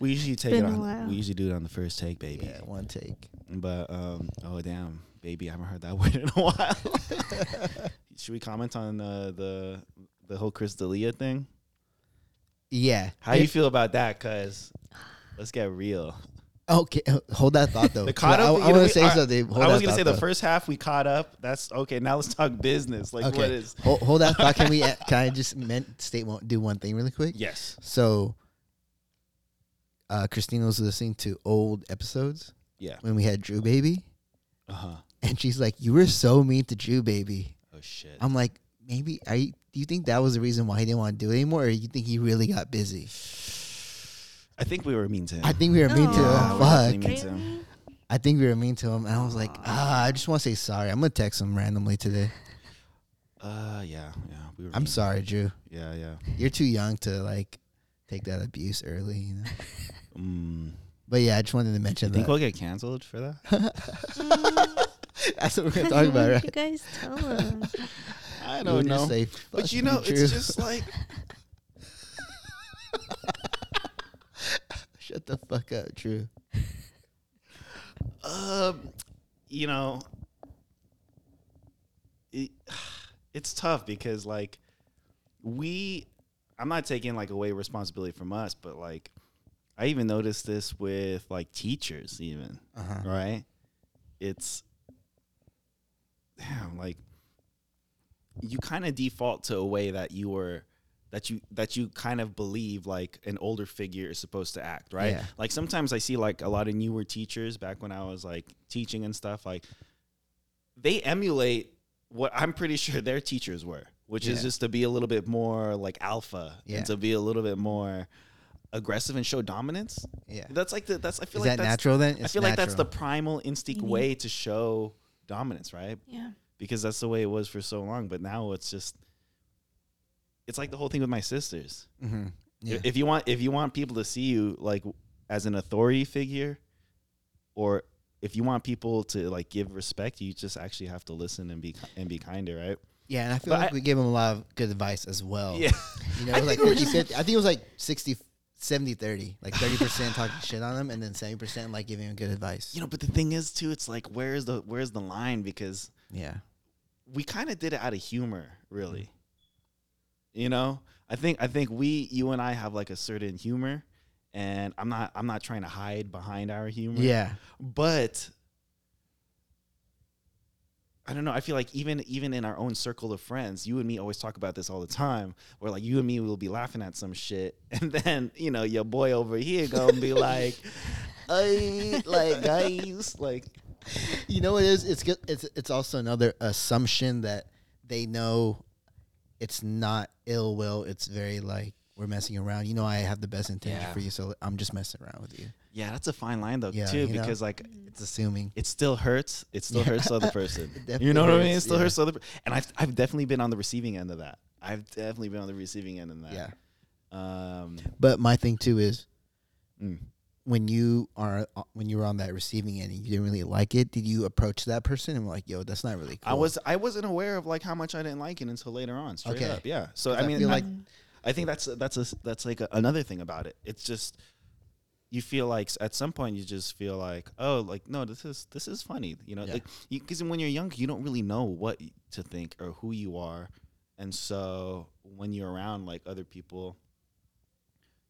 A: we usually take it
C: been a
A: on.
C: while.
A: We usually do it on the first take, baby.
B: yeah, one take.
A: But um, oh damn, baby, I haven't heard that word in a while. Should we comment on uh, the the whole Chris D'elia thing?
B: Yeah.
A: How you feel about that? Cause let's get real.
B: Okay, hold that thought though.
A: The caught
B: I,
A: up. you know,
B: I want
A: we-
B: to say
A: all right,
B: something. Hold
A: I was
B: that
A: gonna
B: thought,
A: say
B: though.
A: the first half we caught up. That's okay. Now let's talk business. Like what is?
B: Hold, hold that thought. Can we? uh, Can I just men- state one, do one thing really quick?
A: Yes.
B: So, uh, Christina was listening to old episodes
A: Yeah.
B: when we had Drew Baby,
A: Uh huh.
B: and she's like, "You were so mean to Drew, baby."
A: Oh shit.
B: I'm like, maybe are you, do you think that was the reason why he didn't want to do it anymore, or you think he really got busy?
A: I think we were mean to him.
B: I think we were mean to
A: Yeah,
B: him.
A: we definitely
B: Fuck.
A: Me too.
C: Really?
B: I think we were mean to him, and I was like, ah, I just want to say sorry. I'm gonna text him randomly today.
A: uh yeah, yeah. We were
B: I'm
A: mean.
B: sorry, Drew.
A: Yeah, yeah.
B: You're too young to like take that abuse early, you know.
A: Mm.
B: But yeah, I just wanted to mention
A: You think
B: that.
A: we'll get canceled for that?
B: That's what we're gonna talk about,
C: Why'd You
B: right?
C: guys tell him.
A: I
B: We would just say, "Fuck
A: But you know,
B: Drew."
A: it's just like
B: shut the fuck up, Drew.
A: um, you know, it, it's tough because like we, I'm not taking like away responsibility from us, but like I even noticed this with like teachers, even
B: Uh-huh.
A: right? It's damn like you kind of default to a way that you were that you that you kind of believe like an older figure is supposed to act, right?
B: Yeah.
A: Like sometimes I see like a lot of newer teachers back when I was like teaching and stuff like they emulate what I'm pretty sure their teachers were, which is
B: Yeah.
A: just to be a little bit more like alpha
B: Yeah.
A: and to be a little bit more aggressive and show dominance.
B: Yeah.
A: That's like the that's I feel
B: Is
A: like
B: that
A: that's
B: natural then?
A: I
B: It's
A: feel like that's the
B: natural.
A: primal instinct
C: Mhm.
A: way to show dominance, right?
C: Yeah.
A: Because that's the way it was for so long. But now it's just, it's like the whole thing with my sisters.
B: Mhm.
A: I-
B: Yeah.
A: If you want, if you want people to see you like as an authority figure, or if you want people to like give respect, you just actually have to listen and be ki- and be kinder, right?
B: Yeah, and I feel
A: But
B: like
A: I-
B: we gave him a lot of good advice as well.
A: Yeah,
B: You know,
A: I
B: it was like
A: think we're
B: 50,
A: just-
B: 50 I think it was like 60, 70, 30. Like 30% talking shit on him and then 70% like giving him good advice.
A: you know. But the thing is, too, it's like where's the where's the line? Because
B: yeah.
A: we kind of did it out of humor, really.
B: Mm-hmm.
A: You know, I think I think we, you and I, have like a certain humor, and I'm not I'm not trying to hide behind our humor.
B: Yeah.
A: but I don't know. I feel like even even in our own circle of friends, you and me always talk about this all the time. Where like you and me will be laughing at some shit, and then you know your boy over here gonna be like, "Hey, like guys, like
B: You know what it is? It's good. It's it's also another assumption that they know it's not ill will. It's very like we're messing around. You know, I have the best intention
A: Yeah. Mm.
B: for you, so I'm just messing around with you.
A: yeah, that's a fine line though
B: Yeah,
A: too,
B: you know?
A: because like
B: It's assuming.
A: it still hurts. It still
B: Yeah.
A: hurts the other person.
B: It definitely
A: you know what I mean? It
B: hurts,
A: still
B: yeah.
A: hurts the other. per- And I've I've definitely been on the receiving end of that. I've definitely been on the receiving end of that.
B: Yeah.
A: Um.
B: But my thing too is
A: mm.
B: when you are uh, when you were on that receiving end and you didn't really like it, did you approach that person and were like, "Yo, that's not really
A: I
B: cool"?
A: was I wasn't aware of like how much I didn't like it until later on. Straight
B: Okay.
A: up, yeah. So I
B: I
A: mean,
B: feel
A: I,
B: like-
A: I think that's that's a that's like a, another thing about it. It's just you feel like s- at some point you just feel like oh like no this is this is funny you know
B: Yeah.
A: like because when you're young you don't really know what y- to think or who you are, and so when you're around like other people,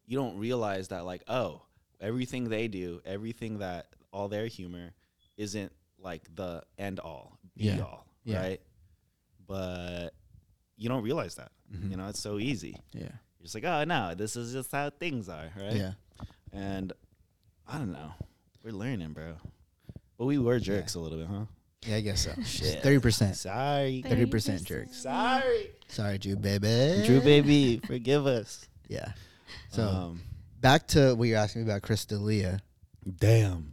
A: you don't realize that like oh everything they do everything that all their humor isn't like the end all be
B: Yeah.
A: all right.
B: Yeah.
A: but you don't realize that
B: Mhm.
A: you know it's so easy
B: yeah,
A: you're just like, oh no, this is just how things are, right?
B: yeah.
A: And I don't know. We're learning, bro. But we were jerks a little bit, huh?
B: Yeah, I guess so.
A: Shit.
B: Thirty percent.
A: Sorry.
B: 30% jerks.
A: Sorry.
B: Sorry, Drew baby.
A: Drew baby, forgive us.
B: Yeah. So
A: um,
B: back to what you're asking me about, Chris D'Elia.
A: damn.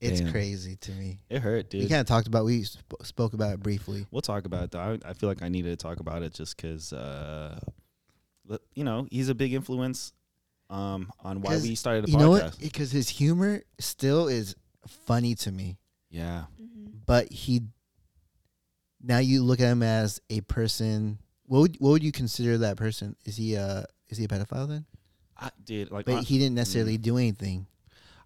B: It's
A: Damn.
B: crazy to me.
A: It hurt,
B: We
A: dude.
B: kind of talked about. We sp- spoke about it briefly.
A: We'll talk about it though. I, I feel like I needed to talk about it just because uh l- you know, he's a big influence um on why
B: 'Cause
A: we started a
B: You
A: podcast.
B: know what? Because his humor still is funny to me,
A: Yeah.
C: Mm-hmm.
B: but he. Now you look at him as a person. What would what would you consider that person? Is he a is he a pedophile then?
A: I, dude, like
B: But
A: hon-
B: he didn't necessarily
A: Mm.
B: do anything.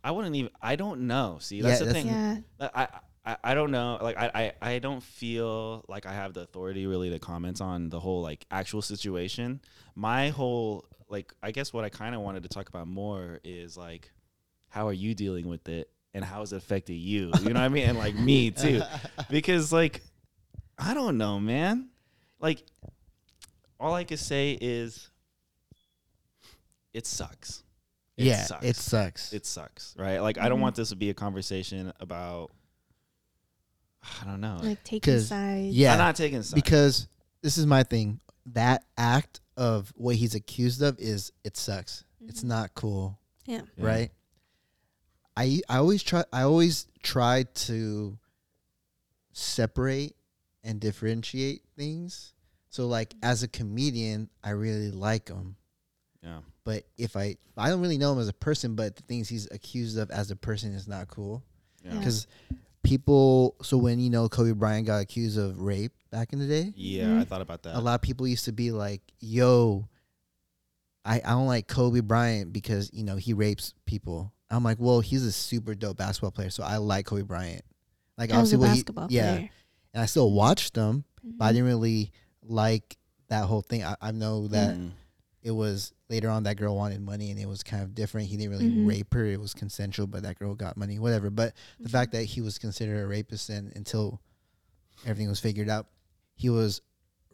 A: I wouldn't even I don't know. See,
B: Yeah,
A: that's the
B: that's-
A: thing.
C: Yeah.
A: Like, I, I I don't know. Like I, I I don't feel like I have the authority really to comment on the whole like actual situation. My whole like I guess what I kind of wanted to talk about more is like how are you dealing with it and how has it affected you? You know what I mean? And like me too. Because like I don't know, man. Like all I could say is it sucks. It
B: yeah,
A: sucks
B: it sucks. Mm-hmm.
A: it sucks, right? Like I don't
C: Mhm.
A: want this to be a conversation about I don't know.
C: like taking
B: 'Cause-
C: sides.
B: yeah.
A: I'm not taking sides.
B: because this is my thing. That act of what he's accused of is it sucks. It's
C: Mhm.
B: not cool,
C: Yeah.
A: Yeah.
B: right? I I always try I always try to separate and differentiate things. So like as a comedian, I really like him,
A: Yeah.
B: but if I I don't really know him as a person, but the things he's accused of as a person is not cool
A: Yeah.
C: Yeah.
B: because people. So when you know Kobe Bryant got accused of rape back in the day,
A: Yeah, I
C: Mhm.
A: thought about that.
B: a lot of people used to be like, "Yo, I, I don't like Kobe Bryant because you know he rapes people." I'm like, "Well, he's a super dope basketball player, so I like Kobe Bryant." Like
C: I was a
B: what he-
C: basketball
B: yeah,
C: player.
B: and I still watched them, but I
C: Mhm.
B: didn't really like that whole thing. I, I know
C: Mm-hmm.
B: that
A: Mhm.
B: it was later on that girl wanted money and it was kind of different. He didn't really
C: Mhm.
B: rape her; it was consensual, but that girl got money, whatever. But the fact that he was considered a rapist and until everything was figured out he was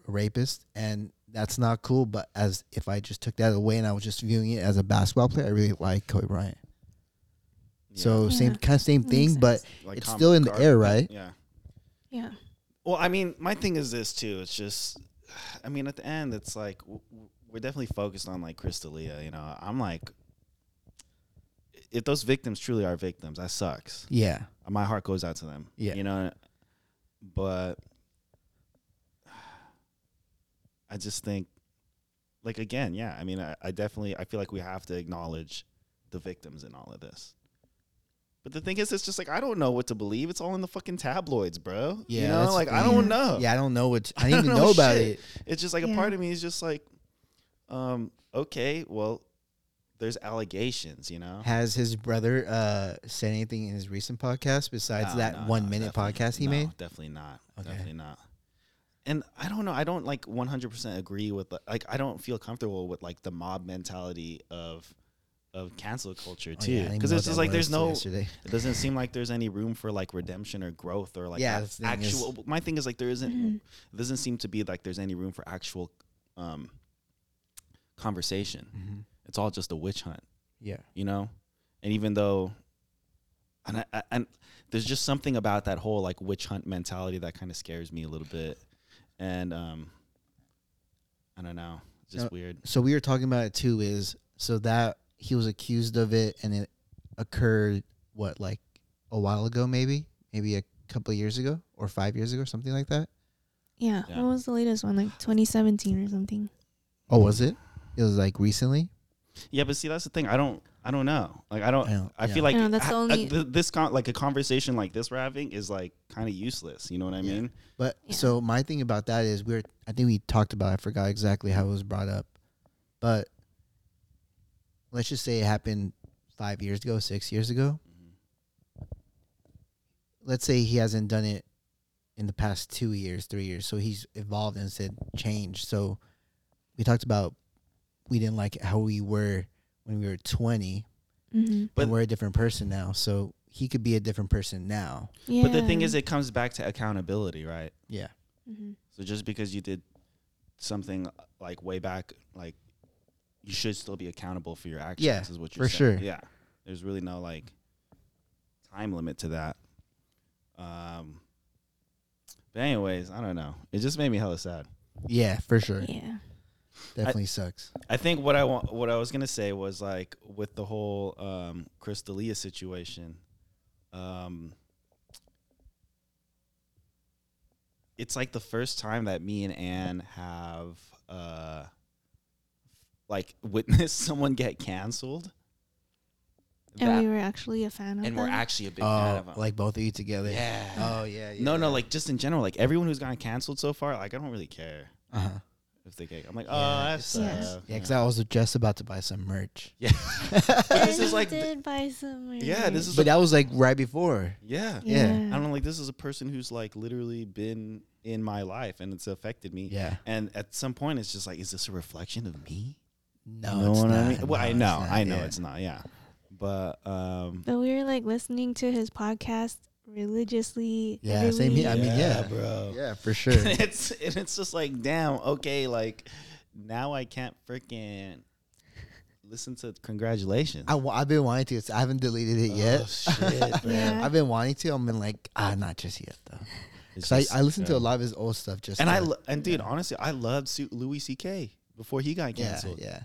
B: a rapist and that's not cool but as if i just took that away and i was just viewing it as a basketball player i really like kobe bryant
A: Yeah.
B: so same
C: Yeah.
B: kind of same
C: Makes
B: thing but
C: sense.
A: Like
B: it's
A: Tom
B: still in the
A: Garden-
B: air, right?
A: Yeah.
C: yeah.
A: Well, I mean, my thing is this too. It's just, I mean, at the end, it's like w- w- we're definitely focused on like Crystalia. You know, I'm like, if those victims truly are victims, that sucks.
B: yeah
A: My heart goes out to them.
B: Yeah.
A: You know, but I just think, like again, yeah. I mean, I, I definitely, I feel like we have to acknowledge the victims in all of this. But the thing is, it's just like I don't know what to believe. It's all in the fucking tabloids, bro.
B: yeah
A: you know,
B: that's
A: like
B: the
A: I
B: thing.
A: don't know
B: yeah i don't know what i
A: I don't
B: didn't even
A: know
B: know about
A: shit.
B: it
A: it's just like a
C: Yeah.
A: part of me is just like, um, okay, well, there's allegations, you know.
B: has his brother uh said anything in his recent podcast besides
A: No,
B: that
A: no, no,
B: one minute
A: definitely-
B: podcast he
A: no,
B: made
A: Definitely not.
B: Okay.
A: Definitely not. And I don't know. I don't like 100% agree with the- like I don't feel comfortable with like the mob mentality of of cancel culture
B: Oh, yeah, I
A: too
B: didn't even
A: because
B: know
A: it's
B: what
A: just
B: that
A: like there's
B: was till
A: no
B: yesterday
A: it doesn't seem like there's any room for like redemption or growth or like
B: Yeah,
A: a-
B: that's the thing is-
A: actual my thing is like there isn't
C: Mhm.
A: it doesn't seem to be like there's any room for actual um conversation
B: Mhm.
A: it's all just a witch hunt
B: yeah
A: you know and even though and I, I, and there's just something about that whole like witch hunt mentality that kind of scares me a little bit and um i don't know it's just
B: No.
A: weird
B: so we were talking about it too is so that he was accused of it and it occurred what like a while ago maybe maybe a couple of years ago or five years ago something like that
C: yeah.
A: Yeah.
C: What was the latest one? Like 2017 or something.
B: oh was it it was like recently
A: yeah but see that's the thing i don't i don't know like i don't
B: I
A: i,
B: don't- yeah.
A: feel like
C: I know, that's
A: I-
C: the
A: I-
C: only-
A: th- this con- like a conversation like this we're having is like kind of useless you know what i
B: Yeah.
A: mean
B: but
C: Yeah.
B: so my thing about that is we we're i think we talked about it, i forgot exactly how it was brought up but let's just say it happened five years ago six years ago
C: Mm-hmm.
B: let's say he hasn't done it in the past two years, three years. So he's evolved and said change. So we talked about we didn't like how we were when we were 20,
C: Mm-hmm.
A: But-
B: but we're a different person now. So he could be a different person now.
C: Yeah.
A: but the thing is it comes back to accountability right
B: Yeah.
C: hmm
A: So just because you did something like way back, like you should still be accountable for your actions.
B: Yeah,
A: is what you're
B: for
A: saying.
B: sure.
A: Yeah, there's really no like time limit to that. Um, but anyways, I don't know. It just made me hella sad.
B: Yeah, for sure.
C: Yeah.
B: Definitely sucks.
A: I think what I want, what I was gonna say was like with the whole um, Crystalia situation, um, it's like the first time that me and Anne have uh, like witnessed someone get canceled,
C: And
A: that-
C: we were actually a fan of
A: and we're
C: them.
A: actually a big fan
B: Oh,
A: of them.
B: like both of you together.
A: yeah.
B: Oh, yeah. yeah
A: no, no, like just in general, like everyone who's gotten canceled so far, like I don't really care
B: Uh-huh.
A: if they get. I'm like, oh,
B: Yeah,
A: that
B: it sucks.
A: sucks.
B: Yeah, because I was just about to buy some merch.
A: Yeah. But this
C: And
A: is
C: we
A: like the-
C: did buy some.
A: Yeah, this is
B: But that was like right before.
A: yeah.
B: yeah.
C: Mm.
A: I don't know, like this is a person who's like literally been in my life and it's affected me.
B: Yeah.
A: And at some point, it's just like, is this a reflection of me?
B: No,
A: Know
B: it's
A: what
B: not.
A: I mean? Well,
B: No,
A: I
B: it's
A: know,
B: not.
A: I know,
B: Yeah.
A: it's not. Yeah, but um,
C: But we were like listening to his podcast religiously.
B: Yeah,
C: every
B: same here. I
C: week.
B: mean, yeah.
A: bro.
B: Yeah, for sure.
A: and it's and it's just like, damn, okay, like now I can't freaking listen to congratulations.
B: I, wa- I've been wanting to. It's- I haven't deleted it
A: Oh,
B: yet.
A: shit, man.
C: Yeah.
B: I've been wanting to. I've been like, ah, not just yet though.
A: It's
B: Because
A: just-
B: I, I listen to a
A: yeah.
B: lot of his old stuff. Just
A: And I
B: to-
A: lo- and dude, honestly, I loved Su- Louis C.K. before he got
B: yeah,
A: canceled.
B: yeah.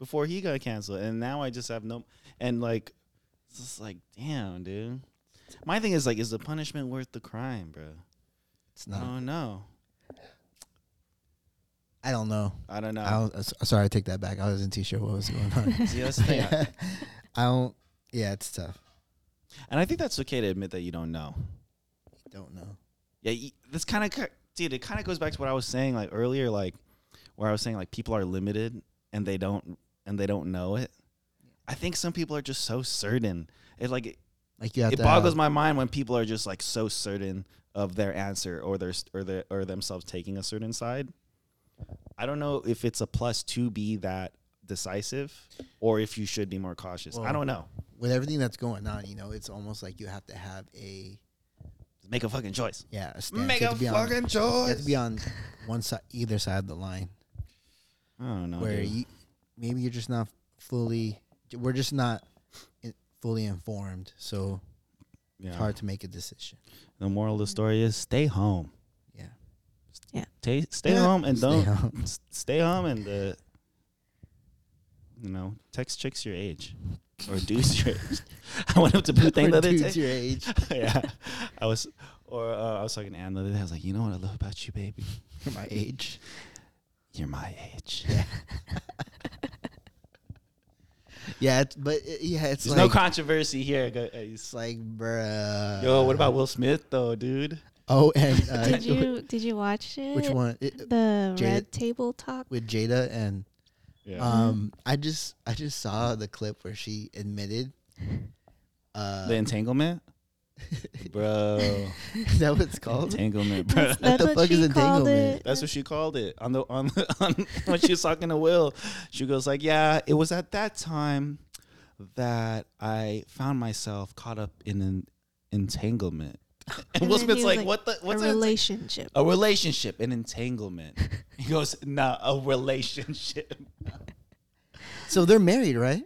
A: Before he got canceled, and now I just have no. And like, it's just like, damn, dude. My thing is like, is the punishment worth the crime, bro?
B: It's not.
A: I don't know.
B: I don't know.
A: I don't know.
B: I don't, uh, s- sorry, I take that back. I wasn't too sure what was going on.
A: See, that's the thing.
B: I don't. Yeah, it's tough.
A: and I think that's okay to admit that you don't know.
B: Don't know.
A: Yeah, y- this kind of dude. It kind of goes back to what I was saying like earlier, like where I was saying like people are limited and they don't and they don't know it. I think some people are just so certain. It like it,
B: Like you have
A: it
B: to.
A: boggles
B: have-
A: my mind when people are just like so certain of their answer or their or their or themselves taking a certain side. I don't know if it's a plus to be that decisive or if you should be more cautious. I
B: Well-
A: don't know.
B: with everything that's going on. You know, it's almost like you have to have a
A: Make a fucking choice.
B: yeah. A stance.
A: Make
B: You
A: a
B: have to be on-
A: fucking
B: You have
A: choice.
B: to be on one side, either side of the line,
A: I don't know.
B: where
A: dude.
B: you maybe you're just not fully. We're just not in, fully informed, so
A: yeah.
B: it's hard to make a decision.
A: The moral of the story is stay home.
B: Yeah.
A: Ta stay
B: Yeah.
A: home and
B: Stay
A: don't
B: home.
A: s- stay home and uh, you know text chicks your age or dudes your age. I went up to Boo Thang
B: Or
A: the other
B: dudes
A: day.
B: your age.
A: yeah, I was or uh, I was talking to Anne the other day. I was like, you know what I love about you, baby,
B: my age.
A: you're my age.
B: Yeah, it's, but it, yeah, it's
A: There's
B: like
A: no controversy here. Go- uh, it's
B: it's
A: like, uh,
B: like, bruh.
A: Yo, what about Will Smith though, dude?
B: Oh, and uh,
C: did you did you watch it?
B: Which one? It,
C: The
B: Jada-
C: Red Table Talk.
B: with Jada and
A: Yeah,
B: um, I just I just saw the clip where she admitted. Uh,
A: the entanglement, bro.
B: is that what it's called?
A: entanglement, bro.
C: That's,
B: What
C: that's
B: the
C: what
B: fuck is
C: she called
B: entanglement?
C: it.
A: That's what she called it on the on, on when she was talking to Will. She goes like, "Yeah, it was at that time that I found myself caught up in an entanglement." And,
C: And
A: Will
C: then he
A: Smith's
C: was
A: like,
C: like,
A: "What the? What's
C: a
A: an enta-
C: relationship.
A: a relationship? An entanglement?" he goes, "Nah, a relationship."
B: So they're married, right?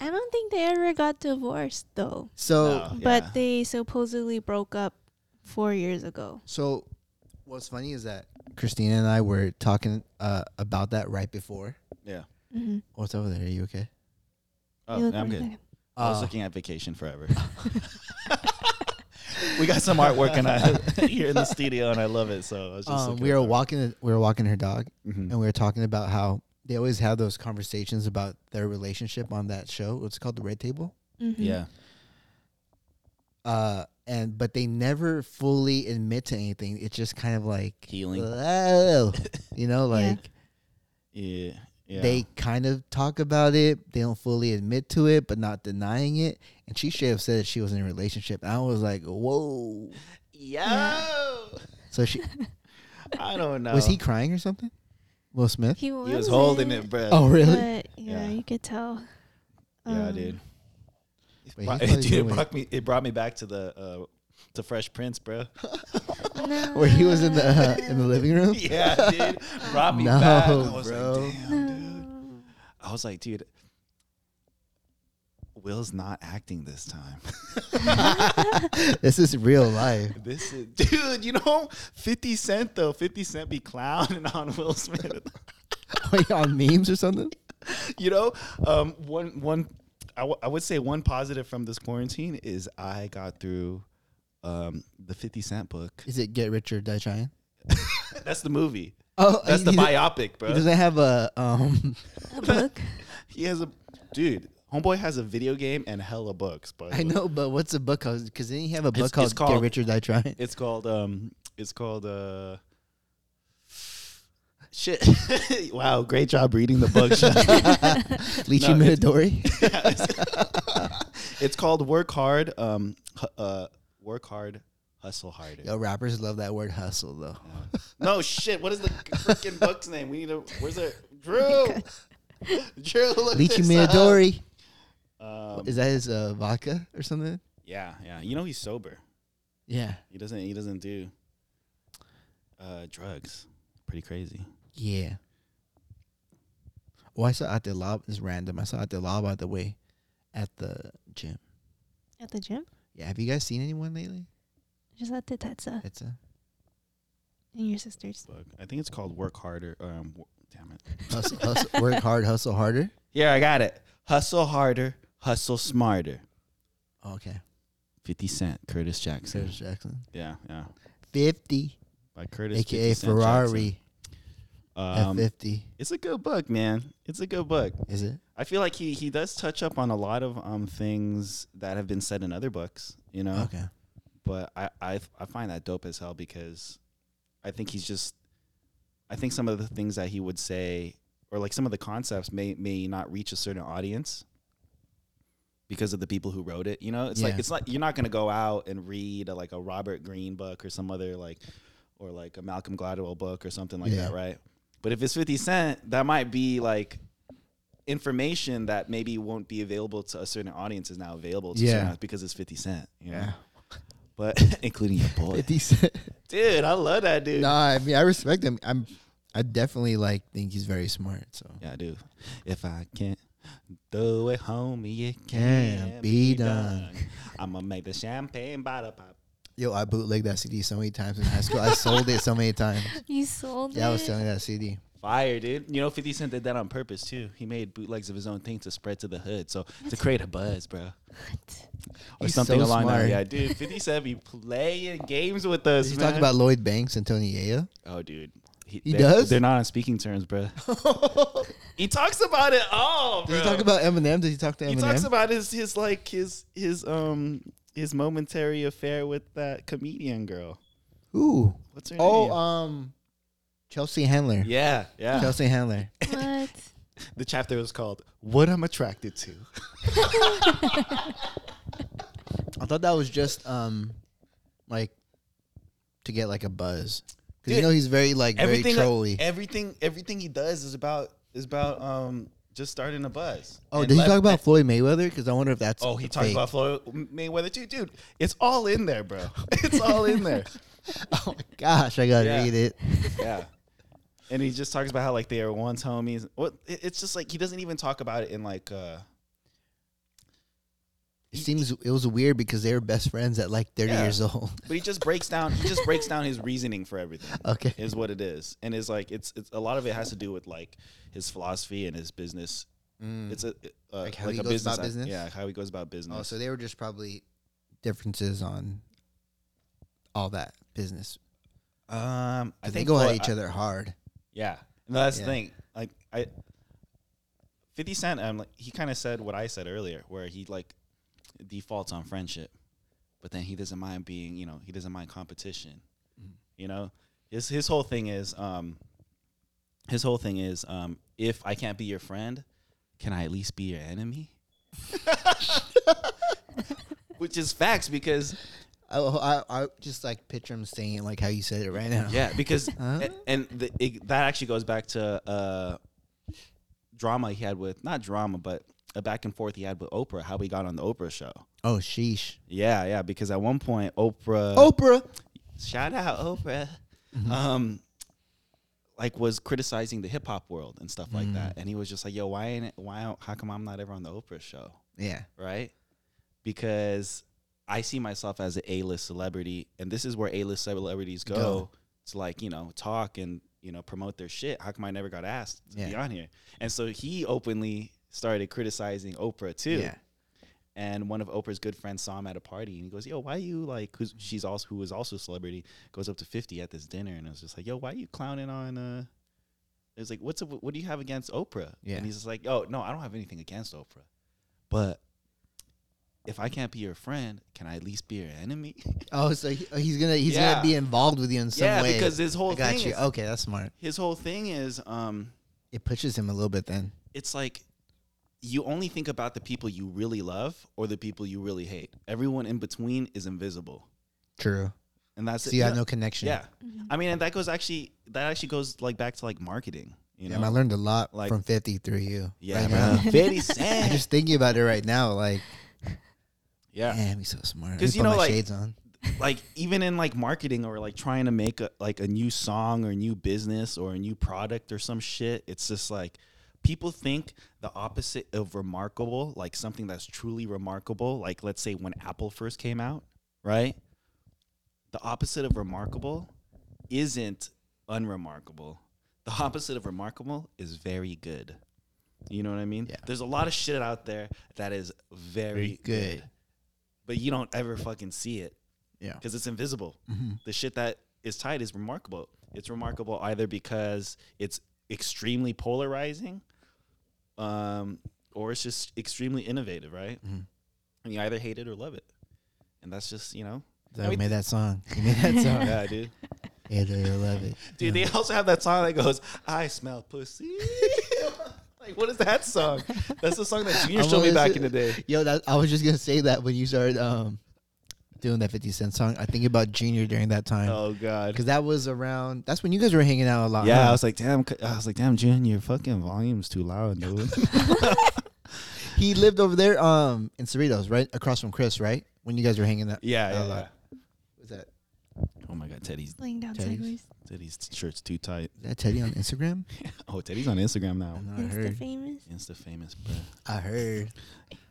C: I don't think they ever got divorced though.
B: So
A: No, Oh, yeah.
C: Oh, But they supposedly broke up four years ago.
B: so what's funny is that Christina and I were talking uh, about that right before.
A: yeah.
C: Mhm.
B: What's over there? Are you okay?
C: You
A: Oh,
C: look
A: I'm
C: like
A: good.
C: that.
A: I was
B: Oh.
A: looking at vacation forever. we got some artwork in uh, here in the studio, and I love it. So I was just
B: um,
A: looking
B: we
A: at
B: were
A: that.
B: walking. We were walking her dog,
A: Mhm.
B: and we were talking about how they always have those conversations about their relationship on that show. What's called the Red Table.
C: Mhm.
A: Yeah.
B: Uh, and but they never fully admit to anything. It's just kind of like
A: Healing.
B: "Oh," you know,
C: Yeah.
B: like
A: Yeah. Yeah.
B: they kind of talk about it. They don't fully admit to it, but not denying it. And she should have said that she was in a relationship. And I was like, whoa.
A: Yo,
B: So she
A: I don't know.
B: was he crying or something? Will Smith.
C: He,
A: He was holding it,
C: wasn't,
A: bro.
B: oh really?
C: But yeah,
A: Yeah.
C: you could tell.
A: yeah,
C: Um,
A: dude.
B: Wait,
A: Bro-
B: he thought he
A: dude,
B: was
A: it
B: doing-
A: brought me. It brought me back to the uh, to Fresh Prince, bro.
C: No.
B: Where he was in the uh, in the living room.
A: yeah, dude. Brought me
B: No,
A: back. I was
B: bro.
A: like, damn, dude.
C: No.
A: I was like, dude. Will's not acting this time.
B: this is real life.
A: This is, dude. You know, Fifty Cent though. Fifty Cent be clowning on Will Smith.
B: Wait, on memes or something?
A: you know, um, one one, I, w- I would say one positive from this quarantine is I got through um, the Fifty Cent book.
B: Is it Get Rich or Die Trying?
A: That's the movie.
B: Oh,
A: That's the
B: he-
A: biopic,
B: He
A: bro.
B: doesn't have a um.
C: A book?
A: He has a dude. Homeboy has a video game and hella books, but
B: I know, but what's the book called? Because then you have a book
A: It's-
B: called,
A: it's called-
B: Get Rich or Die Trying.
A: it's called um, it's called uh. Shit! wow, great job reading the book. Sean.
B: Lychee
A: No, it's-
B: Midori.
A: it's called Work Hard. Um, hu- uh, work hard, hustle harder. Uh,
B: Yo, rappers love that word hustle though.
A: No shit. What is the freaking book's name? We need a. Where's it? Drew. Drew, look
B: Lychee
A: this up.
B: Midori.
A: Um,
B: Is that his uh, vodka or something?
A: yeah, yeah. You know he's sober.
B: Yeah.
A: He doesn't. He doesn't do uh, drugs. Pretty crazy.
B: Yeah. Oh, I saw Atilaba. It's random. I saw Atilaba the way at the gym.
C: At the gym?
B: Yeah, have you guys seen anyone lately?
C: Just at the Tetsa
B: It's a
C: and your sisters.
A: Fuck. I think it's called Work Harder. Um, wo- damn it.
B: hustle, hustle, work hard, hustle harder.
A: Yeah, I got it. Hustle harder, hustle smarter. Oh,
B: Okay,
A: Fifty Cent, Curtis Jackson.
B: Curtis Jackson,
A: Yeah, yeah.
B: fifty,
A: By Curtis,
B: aka
A: 50 Cent Jackson.
B: Ferrari
A: Um,
B: F fifty.
A: it's a good book, man. It's a good book.
B: Is it?
A: I feel like he he does touch up on a lot of um things that have been said in other books, you know.
B: Okay.
A: But I, I I find that dope as hell because I think he's just I think some of the things that he would say or like some of the concepts may may not reach a certain audience because of the people who wrote it, you know? It's
B: Yeah.
A: like it's not you're not going to go out and read a, like a Robert Greene book or some other like or like a Malcolm Gladwell book or something like
B: Yeah.
A: that, right? But if it's 50 Cent, that might be like information that maybe won't be available to a certain audience is now available to
B: Yeah.
A: certain because it's 50 Cent, you know? But including your boy.
B: Fifty Cent.
A: Dude, I love that dude.
B: nah, I mean I respect him. I'm, I definitely like think he's very smart. So
A: Yeah, I do. If I can't do it, homie, it
B: Can't
A: can't
B: be
A: be done. I'm gonna make the champagne bottle pop.
B: yo, I bootlegged that CD so many times in high school. I sold it so many times.
C: You sold
B: Yeah, I was
C: it?
B: selling that CD.
A: Fire, dude. You know, 50 Cent did that on purpose, too. He made bootlegs of his own thing to spread to the hood. So, to create a buzz, bro.
C: What?
A: Or
B: He's
A: something
B: so
A: along that.
B: smart.
A: Yeah, dude. 50 Cent be playing games with us.
B: Did you
A: man.
B: talk about Lloyd Banks and Tony Yeo?
A: Oh, dude.
B: He
A: they're-
B: does?
A: They're not on speaking terms, bro. he talks about it all, bro.
B: Did you talk about Eminem? Did you talk to Eminem?
A: he talks about his his like his his um his momentary affair with that comedian girl.
B: Ooh.
A: What's her
B: Oh,
A: name?
B: um, Chelsea Handler.
A: yeah, yeah.
B: Chelsea Handler.
C: what?
A: The chapter was called "What I'm Attracted to."
B: I thought that was just um, like to get like a buzz because you
A: Dude,
B: know he's very like very
A: Everything,
B: trolly.
A: everything, everything he does is about is about um just starting a buzz.
B: oh,
A: And
B: did he
A: left-
B: talk about Floyd Mayweather? Because I wonder if that's
A: Oh, he talks
B: fake.
A: about Floyd Mayweather too, dude. It's all in there, bro. It's all in there.
B: Oh my gosh, I gotta
A: Yeah.
B: read it.
A: yeah. And he just talks about how like they are once homies. What it- it's just like he doesn't even talk about it in like uh
B: It seems it was weird because they were best friends at like 30
A: Yeah.
B: years old.
A: but he just breaks down he just breaks down his reasoning for everything
B: okay.
A: is what it is and it's like it's, it's a lot of it has to do with like his philosophy and his business it's a uh,
B: Like
A: like,
B: how he
A: a
B: goes
A: business,
B: about business?
A: yeah how he goes about business
B: Mm. oh, so they were just probably differences on all that business.
A: um i
B: 'Cause
A: think
B: they go
A: well,
B: at each
A: I-
B: other hard.
A: yeah no that's
B: Yeah.
A: the thing like i 50 cent um like he kind of said what i said earlier where he like defaults on friendship but then he doesn't mind being you know he doesn't mind competition you know his his whole thing is um his whole thing is um if i can't be your friend can i at least be your enemy which is facts because
B: I, I, I just like picture him saying it like how you said it right now.
A: yeah because
B: Huh?
A: a- and the, it, that actually goes back to uh drama he had with not drama but a back and forth he had with oprah how he got on the oprah show
B: Oh, sheesh.
A: yeah yeah because at one point oprah
B: Uh, Oprah.
A: shout out Oprah, um, like was criticizing the hip hop world and stuff like that, and he was just like, "Yo, why ain't it, why don't- how come I'm not ever on the Oprah show,
B: Yeah.
A: right? Because I see myself as an A list celebrity, and this is where A list celebrities go,
B: Go.
A: to like you know talk and you know promote their shit. How come I never got asked to be
B: Yeah.
A: on here? And so he openly started criticizing Oprah too
B: Yeah.
A: and one of Oprah's good friends saw him at a party, and he goes, "Yo, why you like?" Who's, she's also who is also a celebrity goes up to fifty at this dinner, and I was just like, "Yo, why you clowning on?" uh It was like, "What's up, what do you have against Oprah?"
B: Yeah.
A: and he's just like, "Oh, no, I don't have anything against Oprah, but if I can't be your friend, can I at least be your enemy?"
B: Oh, so he, he's gonna he's
A: Yeah.
B: gonna be involved with you in some
A: yeah,
B: way.
A: because his whole
B: I got
A: thing,
B: you.
A: Is,
B: Okay, that's smart.
A: his whole thing is, um,
B: It pushes him a little bit then.
A: it's like you only think about the people you really love or the people you really hate. Everyone in between is invisible.
B: True.
A: And that's
B: So
A: it.
B: you
A: Yeah.
B: have no connection.
A: Yeah.
C: Mm-hmm.
A: I mean, and that goes actually that actually goes like back to like marketing, you know.
B: Damn, I learned a lot
A: like-
B: from 50 through you.
A: yeah,
B: right
A: bro.
B: now.
A: Fifty
B: I'm
A: Cent.
B: just thinking about it right now. Like,
A: yeah.
B: damn, he's so smart. Let
A: 'Cause
B: me
A: you
B: put
A: know,
B: my
A: like-
B: shades on.
A: Like even in like marketing or like trying to make a, like a new song or new business or a new product or some shit, it's just like people think the opposite of remarkable, like something that's truly remarkable, like let's say when Apple first came out, right? The opposite of remarkable isn't unremarkable. The opposite of remarkable is very good. You know what I mean?
B: Yeah.
A: There's a lot of shit out there that is very,
B: Very good.
A: good, but you don't ever fucking see it
B: Yeah.
A: because it's invisible
B: Mm-hmm.
A: the shit that is tight is remarkable. It's remarkable either because it's extremely polarizing, um, or it's just extremely innovative, right?
B: Mhm.
A: And you either hate it or love it, and that's just you know,
B: So
A: I mean-
B: made that song. You made that song.
A: yeah, dude.
B: Yeah, dude, I love it.
A: Dude, they also have that song that goes, "I smell pussy." like, what is that song? That's the song that Junior
B: I'm
A: showed me
B: always-
A: back in the day.
B: Yo, that, I was just gonna say that when you started um doing that Fifty Cent song, I think about Junior during that time
A: Oh God.
B: because that was around. That's when you guys were hanging out a lot.
A: Yeah, I
B: huh?
A: was like, damn. c- I was like, damn, Junior, your fucking volume's too loud, dude.
B: he lived over there um in Cerritos, right across from Chris, right? When you guys were hanging out,
A: yeah, yeah,
B: Oh,
A: yeah.
B: was that
A: Oh my God, Teddy's
C: Laying down
B: Teddy's.
C: segues.
A: Teddy's shirt's too tight.
B: is that Teddy on Instagram?
A: Oh, Teddy's on Instagram now.
B: don't know,
C: Insta famous.
A: Insta famous, bro.
B: I heard.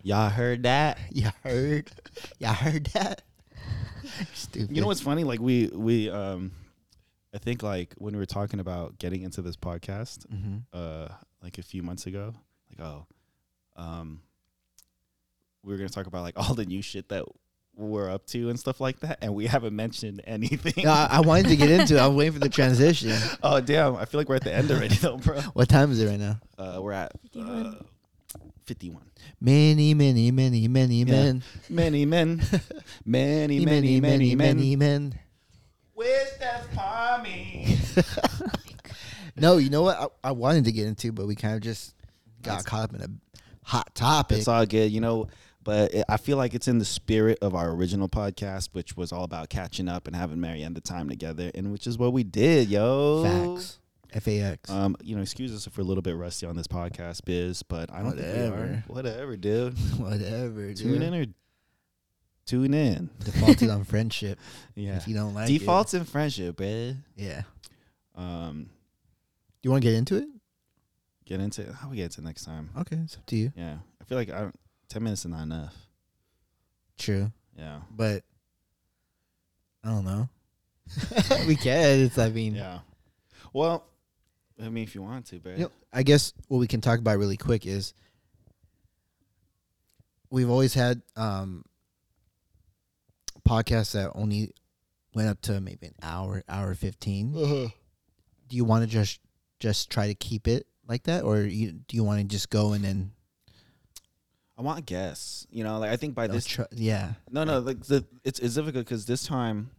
A: Y'all heard that?
B: You heard. You heard that. Stupid.
A: You know what's funny? Like we we um, I think like when we were talking about getting into this podcast,
B: Mm-hmm.
A: uh, like a few months ago, like oh, um, we were gonna talk about like all the new shit that we're up to and stuff like that, and we haven't mentioned anything.
B: No, I, I wanted to get into. it. I'm waiting for the transition.
A: oh damn! I feel like we're at the end already though, bro.
B: What time is it right now?
A: Uh, we're at uh,
C: 51.
A: fifty-one.
B: Many, many, many, many men.
A: Many men, many many many many.
B: many men.
A: Where's that Tommy?
B: No, you know what? I, I wanted to get into, but we kind of just got caught up in a hot topic.
A: It's all good, you know. But it, I feel like it's in the spirit of our original podcast, which was all about catching up and having Marianne the time together, and which is what we did, yo.
B: Facts. FAX.
A: Um, you know, excuse us if we're a little bit rusty on this podcast, biz, but I don't think we
B: Whatever.
A: are. Whatever, dude.
B: Whatever.
A: Tune
B: dude.
A: in or tune in.
B: Defaulted on friendship.
A: Yeah.
B: If you don't like
A: Defaults in friendship, bruh.
B: it. Yeah.
A: Um,
B: You want to get into it?
A: get into how we get into next time.
B: Okay, it's up to you.
A: Yeah, I feel like I don't, ten minutes is not enough.
B: True,
A: Yeah.
B: but I don't know. we can. It's. I mean.
A: Yeah. Well, I mean, if you want to, but
B: You know, I guess what we can talk about really quick is we've always had um, podcasts that only went up to maybe an hour, hour 15
A: Uh-huh.
B: Do you want to just just try to keep it like that, or you, do you want to just go and then
A: I want guests. You know, like I think by
B: uh,
A: this,
B: try, yeah,
A: no, no, like the it's it's difficult because this time,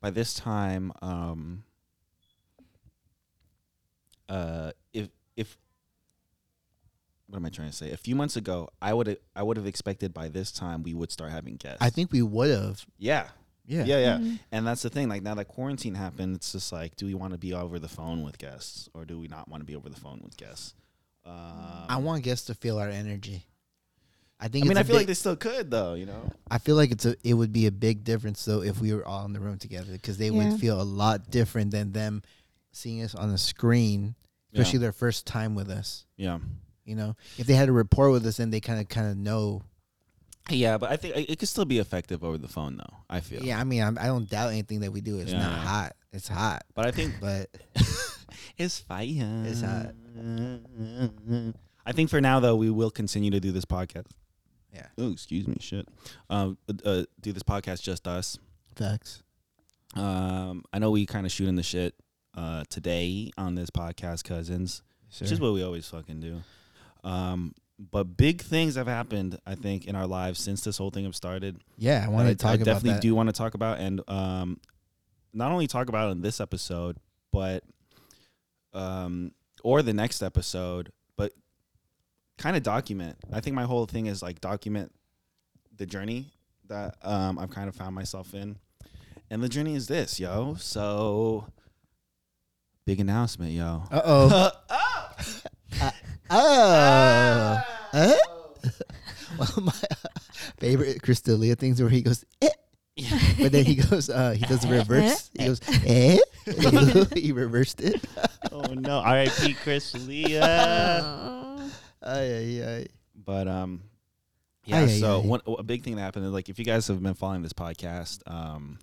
A: by this time, um, uh, if if what am I trying to say? A few months ago, I would I would have expected by this time we would start having guests.
B: I think we would have.
A: yeah,
B: Yeah,
A: yeah, yeah.
C: Mhm.
A: And that's the thing. Like now that quarantine happened, it's just like, do we want to be over the phone with guests, or do we not want to be over the phone with guests? Um,
B: I want guests to feel our energy. I
A: I
B: think.
A: mean,
B: it's
A: I
B: a
A: feel like
B: big-
A: they still could, though. You know.
B: I feel like it's a it would be a big difference though if we were all in the room together because they
C: Yeah.
B: would feel a lot different than them seeing us on the screen, especially their first time with us.
A: Yeah.
B: You know, if they had a rapport with us, then they kind of kind of know.
A: Yeah, but I think it it could still be effective over the phone, though. I feel.
B: Yeah, I mean, I'm, I don't doubt anything that we do. It's
A: Yeah,
B: not
A: yeah.
B: hot. It's hot,
A: But I think
B: but
A: it's fire.
B: It's hot.
A: I think for now, though, we will continue to do this podcast.
B: Yeah.
A: Oh, excuse me, shit. Um, uh, do this podcast just us.
B: facts.
A: Um, I know we kind of shooting the shit uh, today on this podcast, cousins. which is what we always fucking do. Um, but big things have happened, I think, in our lives since this whole thing have started.
B: yeah, I want
A: that
B: to talk
A: I
B: about
A: definitely
B: that.
A: do want to talk about, and um, not only talk about it in this episode, but um, or the next episode, but kind of document. I think my whole thing is like document the journey that um, I've kind of found myself in, and the journey is this, yo. So big announcement, yo.
B: Uh oh.
A: oh.
B: Oh. Huh? One of my uh, favorite Cristalia things where he goes, eh. but Eh? then he goes, uh, he does a reverse. He goes, eh. he reversed it.
A: oh oh no, R.I.P. Chris Leah.
C: Oh.
B: Ay, ay, ay.
A: But um, yeah.
B: Aye, aye,
A: so
B: aye.
A: One, a big thing that happened is like if you guys have been following this podcast, um,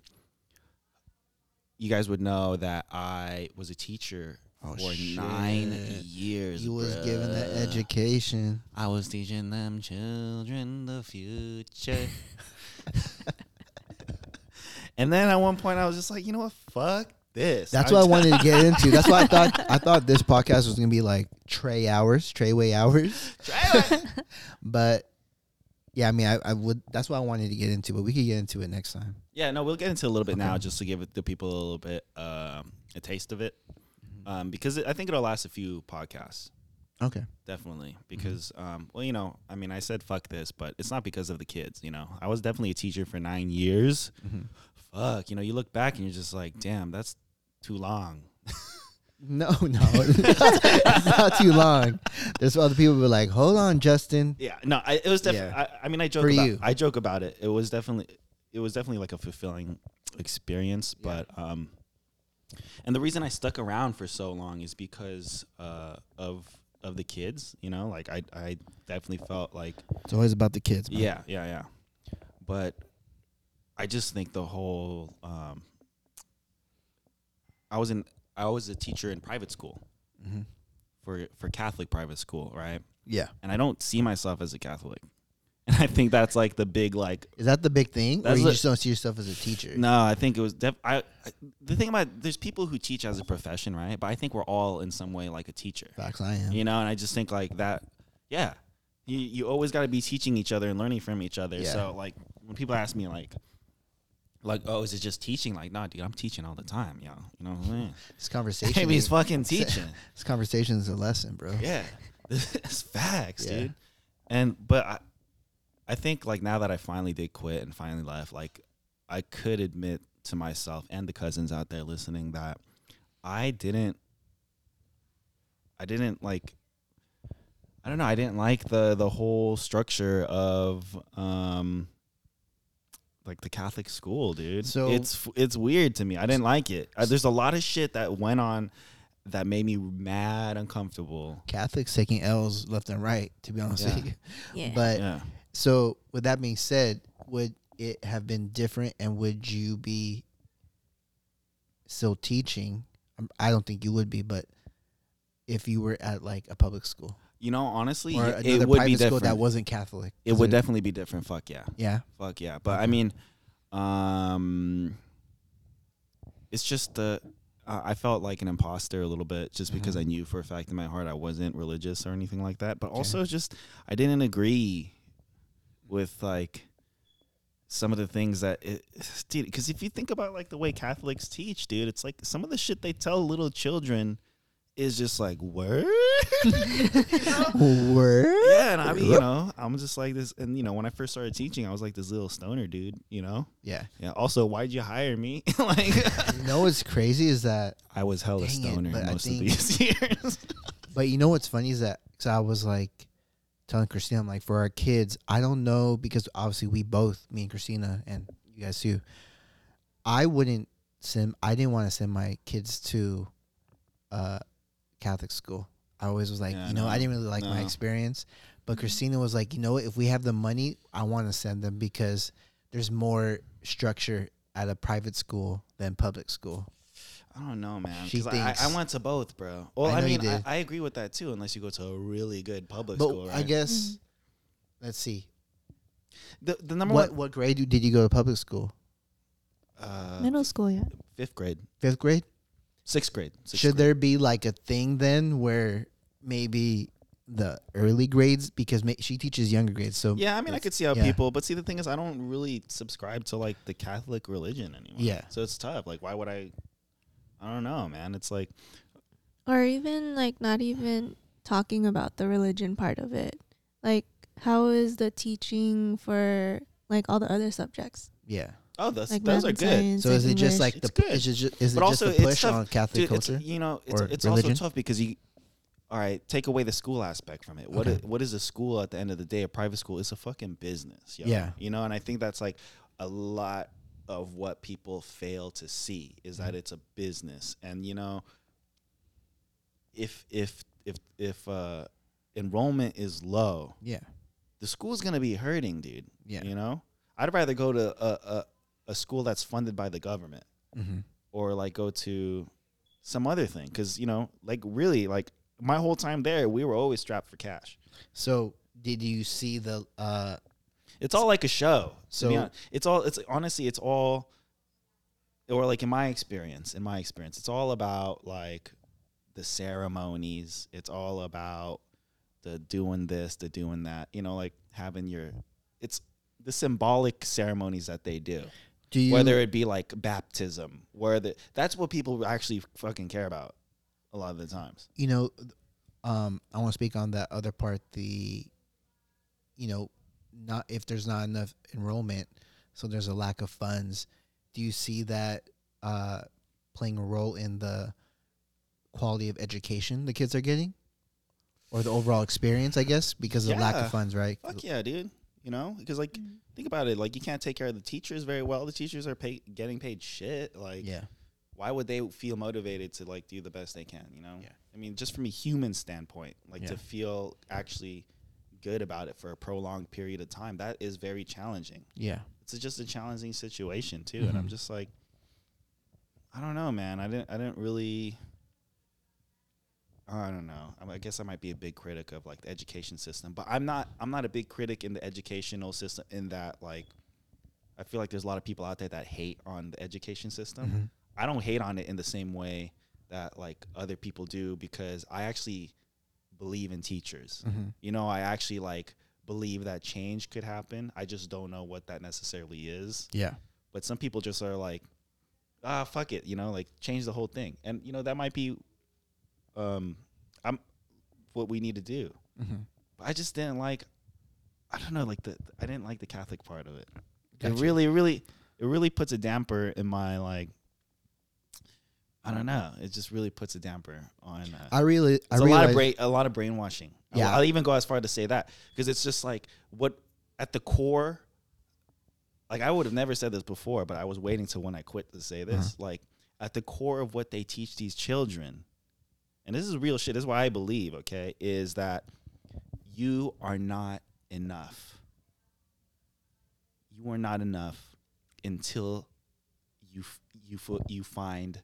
A: you guys would know that I was a teacher
B: Oh,
A: for
B: shit.
A: nine years.
B: You was
A: bruh.
B: given that education.
A: I was teaching them children the future. and then at one point, I was just like, you know what? Fuck this.
B: That's
A: I'm
B: what I
A: t-
B: wanted to get into. That's why I thought I thought this podcast was gonna be like Trey hours, Treyway hours. But yeah, I mean, I, I would. That's what I wanted to get into, but we could get into it next time.
A: Yeah, no, we'll get into a little bit
B: Okay.
A: now just to give it, the people a little bit um, a taste of it, um, because it, I think it'll last a few podcasts
B: Okay.
A: definitely. Because um, well, you know, I mean, I said fuck this, but it's not because of the kids. You know, I was definitely a teacher for nine years.
B: Mm-hmm.
A: Fuck, you know, you look back and you're just like, damn, that's too long.
B: No, no, it's not too long. There's other people who are like, hold on, Justin.
A: Yeah, no, I, it was definitely.
B: Yeah.
A: I, I mean, I joke
B: For
A: about.
B: you.
A: I joke about it. It was definitely. It was definitely like a fulfilling experience,
B: Yeah.
A: but um, and the reason I stuck around for so long is because uh of of the kids. You know, like I I definitely felt like
B: It's always about the kids. man.
A: yeah yeah yeah, but I just think the whole um. I was in. I was a teacher in private school
B: Mhm.
A: for for Catholic private school, right?
B: yeah.
A: and I don't see myself as a Catholic. And I think that's like the big like
B: Is that the big thing, or
A: That's
B: you
A: the-
B: just don't see yourself as a teacher?
A: no, I think it was def- I, I the thing about there's people who teach as a profession, right? But I think we're all in some way like a teacher.
B: Facts, I am.
A: You know, and I just think like that yeah. You you always got to be teaching each other and learning from each other.
B: Yeah.
A: So like when people ask me like like oh is it just teaching? Like nah, dude, I'm teaching all the time, yo. You know what I'm saying?
B: This conversation.
A: Baby's
B: is-
A: fucking teaching.
B: This conversation is a lesson, bro.
A: Yeah, it's facts,
B: Yeah.
A: dude. And but I, I think like now that I finally did quit and finally left, like I could admit to myself and the cousins out there listening that I didn't, I didn't like. I don't know. I didn't like the the whole structure of um, like the Catholic school, dude.
B: So-
A: it's f- it's weird to me. I didn't like it. Uh, there's a lot of shit that went on that made me mad uncomfortable.
B: Catholics taking L's left and right, to be honest
A: Yeah.
B: with you.
C: Yeah.
B: But
A: Yeah.
B: so, with that being said, would it have been different, and would you be still teaching? Um, I don't think you would be, but if you were at like a public school
A: You know, honestly,
B: or
A: it-
B: another
A: it would
B: private
A: be
B: school
A: different.
B: that wasn't Catholic,
A: it
B: Is
A: would definitely be different. Fuck yeah.
B: yeah.
A: Fuck yeah. But I
B: Okay.
A: mean, um, it's just the. I I felt like an imposter a little bit just because I knew for a fact in my heart I wasn't religious or anything like that. But also, just I didn't agree with like some of the things that it, dude. Because if you think about like the way Catholics teach, dude, it's like some of the shit they tell little children is just like word.
B: Word?
A: Yeah, and I mean, you know, I'm just like this, and you know, when I first started teaching, I was like this little stoner dude, you know.
B: Yeah.
A: Yeah. Also, why'd you hire me? like,
B: You know what's crazy is that
A: I was hella
B: Dang it,
A: stoner
B: but I
A: most of
B: think-
A: these years.
B: But you know what's funny is that because I was like telling Christina, I'm like, for our kids, I don't know because obviously we both, me and Christina and you guys too, I wouldn't send, I didn't want to send my kids to uh, Catholic school. I always was like,
A: Yeah,
B: you know,
A: no,
B: I didn't really like my
A: no. Mm-hmm.
B: experience. But Christina was like, you know what? If we have the money, I want to send them because there's more structure at a private school than public school.
A: I don't know, man.
B: She
A: 'cause I,
B: thinks-
A: I went to both, bro. Well,
B: I
A: I,
B: know you
A: mean, I,
B: did.
A: I agree with that too, unless you go to a really good public
B: but
A: school. Right?
B: I guess, let's see.
A: the, the number
B: What,
A: one
B: what grade you- did you go to public school?
A: uh,
C: Middle school, yeah.
A: fifth grade,
B: Fifth grade?
A: sixth grade. Sixth
B: Should
A: grade.
B: there be like a thing then where maybe the early grades because ma- she teaches younger grades, so
A: Yeah, I mean, I
B: it's-
A: could see how
B: yeah.
A: people, but see, the thing is, I don't really subscribe to like the Catholic religion anymore.
B: Yeah.
A: so it's tough. Like, why would I? I don't know, man. It's like.
C: Or even like not even talking about the religion part of it. Like how is the teaching for like all the other subjects?
B: yeah.
A: Oh, those,
C: Like
A: those
C: math
A: are
C: and
A: good.
C: science
B: So
C: and
B: is it just like
C: English.
B: the
A: It's good.
B: is it just, is it
A: But
B: just
A: also
B: the
A: it's
B: push
A: tough.
B: on Catholic
A: Dude, it's,
B: culture?
A: you know, it's,
B: or
A: it's
B: religion?
A: also tough because you. All right, take away the school aspect from it. What
B: Okay.
A: i- what is a school at the end of the day? A private school is a fucking business. Yo.
B: Yeah.
A: you know, and I think that's like a lot of what
B: Mm-hmm.
A: people fail to see is that it's a business, and you know, if if if if uh, enrollment is low,
B: Yeah.
A: the school's gonna be hurting, dude.
B: Yeah.
A: You know, I'd rather go to a, a a school that's funded by the government
B: Mm-hmm.
A: or like go to some other thing because you know, like really, like my whole time there, we were always strapped for cash.
B: So did you see the uh
A: It's all like a show. So
B: So-
A: it's all it's honestly it's all or like in my experience, in my experience, it's all about like the ceremonies. It's all about the doing this, the doing that, you know, like having your it's the symbolic ceremonies that they do.
B: do you
A: Whether it be like baptism, where the that's what people actually fucking care about a lot of the times.
B: you know um I want to speak on that other part the you know not if there's not enough enrollment so there's a lack of funds do you see that uh playing a role in the quality of education the kids are getting or the overall experience I guess because of the lack
A: Yeah.
B: of funds right
A: Fuck yeah, dude. You know, because like think about it, like you can't take care of the teachers very well. The teachers are pay- getting paid shit. Like
B: yeah
A: why would they feel motivated to like do the best they can you know
B: Yeah.
A: i mean just from a human standpoint like
B: Yeah.
A: to feel actually good about it for a prolonged period of time that is very challenging
B: yeah
A: it's just a challenging situation too and i'm
B: Mhm.
A: just like i don't know man i didn't i didn't really i don't know I, mean, I guess i might be a big critic of like the education system but i'm not i'm not a big critic in the educational system in that like i feel like there's a lot of people out there that hate on the education system
B: Mhm.
A: I don't hate on it in the same way that like other people do because I actually believe in teachers.
B: Mhm.
A: You know, I actually like believe that change could happen. I just don't know what that necessarily is.
B: yeah
A: But some people just are like, ah, fuck it, you know, like change the whole thing. And you know, that might be um I'm what we need to do.
B: Mhm.
A: But I just didn't like I don't know, like the I didn't like the Catholic part of it it
B: Gotcha.
A: really it really it really puts a damper in my like i don't know it just really puts a damper on uh,
B: I really I
A: it's a
B: realize,
A: lot of brain a lot of brainwashing yeah
B: Yeah.
A: i'll even go as far to say that because it's just like what at the core like i would have never said this before but i was waiting till when i quit to say this
B: Uh-huh.
A: like at the core of what they teach these children and this is real shit this is why i believe okay is that you are not enough you are not enough until you f- you f- you find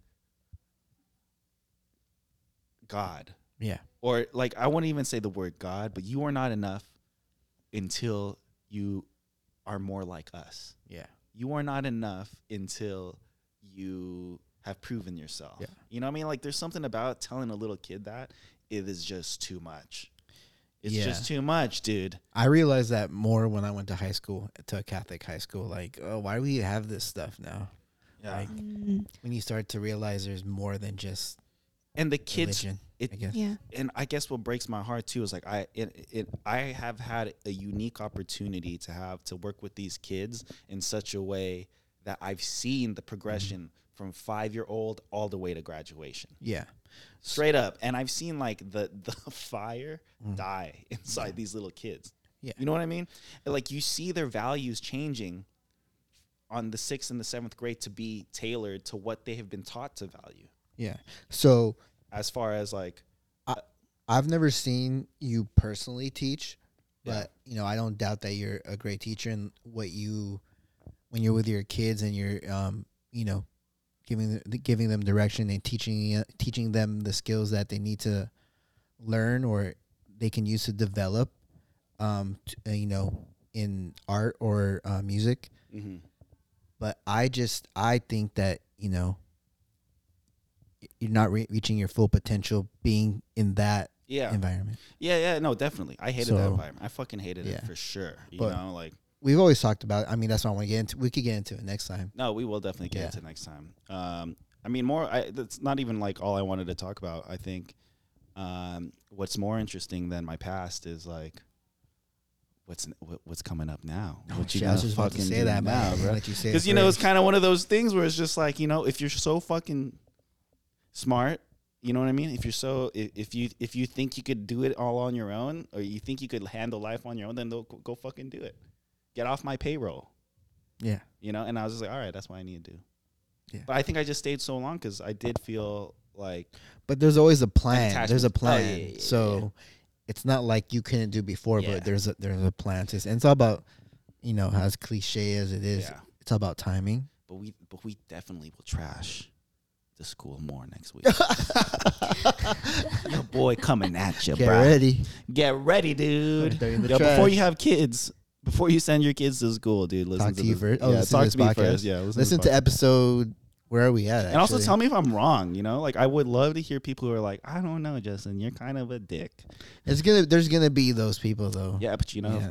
A: God
B: yeah
A: or like I wouldn't even say the word God, but you are not enough until you are more like us.
B: yeah
A: You are not enough until you have proven yourself.
B: Yeah.
A: You know what I mean? Like there's something about telling a little kid that it is just too much. It's
B: Yeah.
A: just too much, dude.
B: I realized that more when I went to high school, to a Catholic high school. Like, oh, why do we have this stuff now? Like,
C: Mm,
B: when you start to realize there's more than just
A: and the kids
B: religion,
A: it-
B: I guess.
C: yeah.
A: and I guess what breaks my heart too is like I it, it I have had a unique opportunity to have to work with these kids in such a way that I've seen the progression from 5-year-old all the way to graduation.
B: Yeah.
A: Straight up and I've seen like the the fire
B: Mm.
A: die inside these little kids.
B: Yeah.
A: You know what I mean? And, Like you see their values changing on the 6th and the 7th grade to be tailored to what they have been taught to value
B: Yeah. So
A: as far as like
B: I've never seen you personally teach, but,
A: Yeah.
B: you know, I don't doubt that you're a great teacher and what you, when you're with your kids and you're, um, you know, giving the, giving them direction and teaching uh, teaching them the skills that they need to learn or they can use to develop, um, t- uh, you know, in art or uh, music.
A: mhm.
B: But I just I think that you know y- you're not re- reaching your full potential being in that
A: yeah.
B: environment.
A: Yeah, yeah, no, definitely. I hated that
B: So-
A: environment. I fucking hated it
B: Yeah.
A: for sure. You
B: But-
A: know, like
B: We've always talked about. I mean, that's what I want to get into. We could get into it next time.
A: no, we will definitely get
B: Yeah.
A: into next time. Um, I mean, more. I, that's not even like all I wanted to talk about. I think um, what's more interesting than my past is like what's what, what's coming up now.
B: Oh,
A: what
B: shit, I was just about to say that, man.
A: now,
B: I'm gonna
A: bro?
B: let you say it
A: Because you know, it's
B: first.
A: kind of one of those things where it's just like you know, if you're so fucking smart. You know what I mean? If you're so, i- if you if you think you could do it all on your own, or you think you could handle life on your own, then they'll go go fucking do it. Get off my payroll.
B: yeah.
A: you know and i was just like all right that's what i need to do
B: Yeah.
A: but i think i just stayed so long because i did feel like
B: But there's always a plan.
A: Attachment.
B: There's a
A: Oh, yeah,
B: plan.
A: yeah, yeah,
B: so it's not like you couldn't do before,
A: Yeah.
B: but there's a there's a plan. To, and it's all about you know as cliche as it is.
A: yeah.
B: It's all about timing.
A: But we but we definitely will trash the school more next week. Your boy coming at you,
B: Get
A: bro.
B: ready.
A: Get ready, dude.
B: Throw you in the
A: Yo, before
B: trash.
A: you have kids, before you send your kids to school, dude, listen
B: Talk
A: to,
B: to you
A: this-
B: first. Oh,
A: yeah,
B: listen to
A: talk
B: this
A: to me
B: podcast.
A: first. Yeah, listen,
B: Listen
A: to,
B: to
A: this podcast.
B: episode. Where are we at?
A: and also
B: actually?
A: tell me if I'm wrong. You know, like I would love to hear people who are like, I don't know, Justin, you're kind of a dick.
B: It's gonna. There's gonna be those people though.
A: Yeah, but you know,
B: Yeah.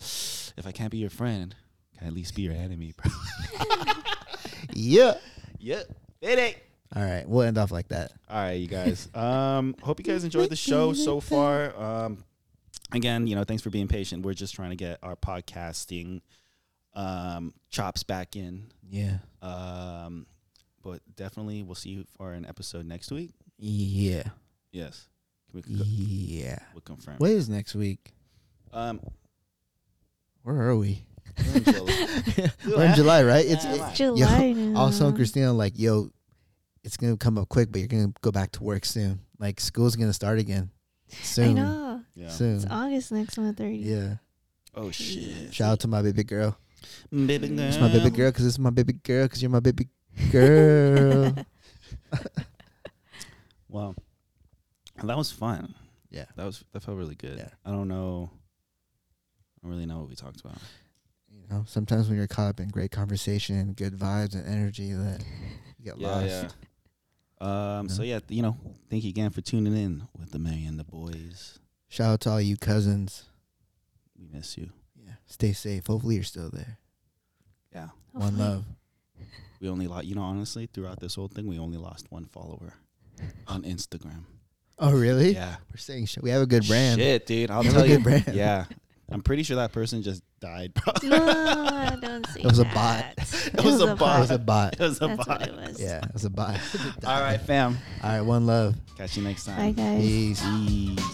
A: if I can't be your friend, can I at least be your enemy, bro?
B: Yeah.
A: yep, did it.
B: All right. We'll end off like that.
A: All right, you guys. Um, hope you guys enjoyed the show so far. Um, again, you know, thanks for being patient. We're just trying to get our podcasting um, chops back in.
B: Yeah.
A: Um, but definitely, we'll see you for an episode next week.
B: Yeah.
A: Yes, we can go-
B: Yeah.
A: we'll confirm.
B: What is next week?
A: Um,
B: Where are we?
A: we're in July.
B: We're in July, right? It's
A: Yeah.
B: it,
C: July. now.
B: also Christina like, yo, it's gonna come up quick, but you're gonna go back to work soon. Like school's gonna start again
C: I
B: soon.
C: know.
A: Yeah.
B: Soon.
C: It's August next month already.
B: Yeah.
A: Oh shit!
B: Shout out to my baby girl.
A: baby girl.
B: It's my baby girl because it's my baby girl because you're my baby girl.
A: Wow, that was fun.
B: Yeah.
A: that was that felt really good.
B: Yeah.
A: I don't know. I don't really know what we talked about.
B: you know, sometimes when you're caught up in great conversation and good vibes and energy, that you get lost.
A: yeah. Um. So yeah, th- you know, thank you again for tuning in with the Mary and the boys.
B: Shout out to all you cousins.
A: We miss you.
B: Yeah. Stay safe. Hopefully you're still there.
A: Yeah.
B: One love.
A: We only lost. You know, honestly, throughout this whole thing, we only lost one follower on Instagram.
B: Oh really?
A: Yeah.
B: We're saying shit. We have a good brand.
A: Shit, dude. I'll
B: We have
A: tell
B: a good
A: you.
B: brand.
A: Yeah. I'm pretty sure that person just died, bro.
C: No, don't say
B: It was a bot.
C: that.
A: It was a
B: It
A: bot.
B: was a bot.
A: It was a
C: That's what
A: bot.
C: it was.
B: Yeah, it was a bot.
A: All right, fam.
B: All right. One love.
A: Catch you next
C: Bye
A: time.
C: guys.
B: Peace.
A: Peace.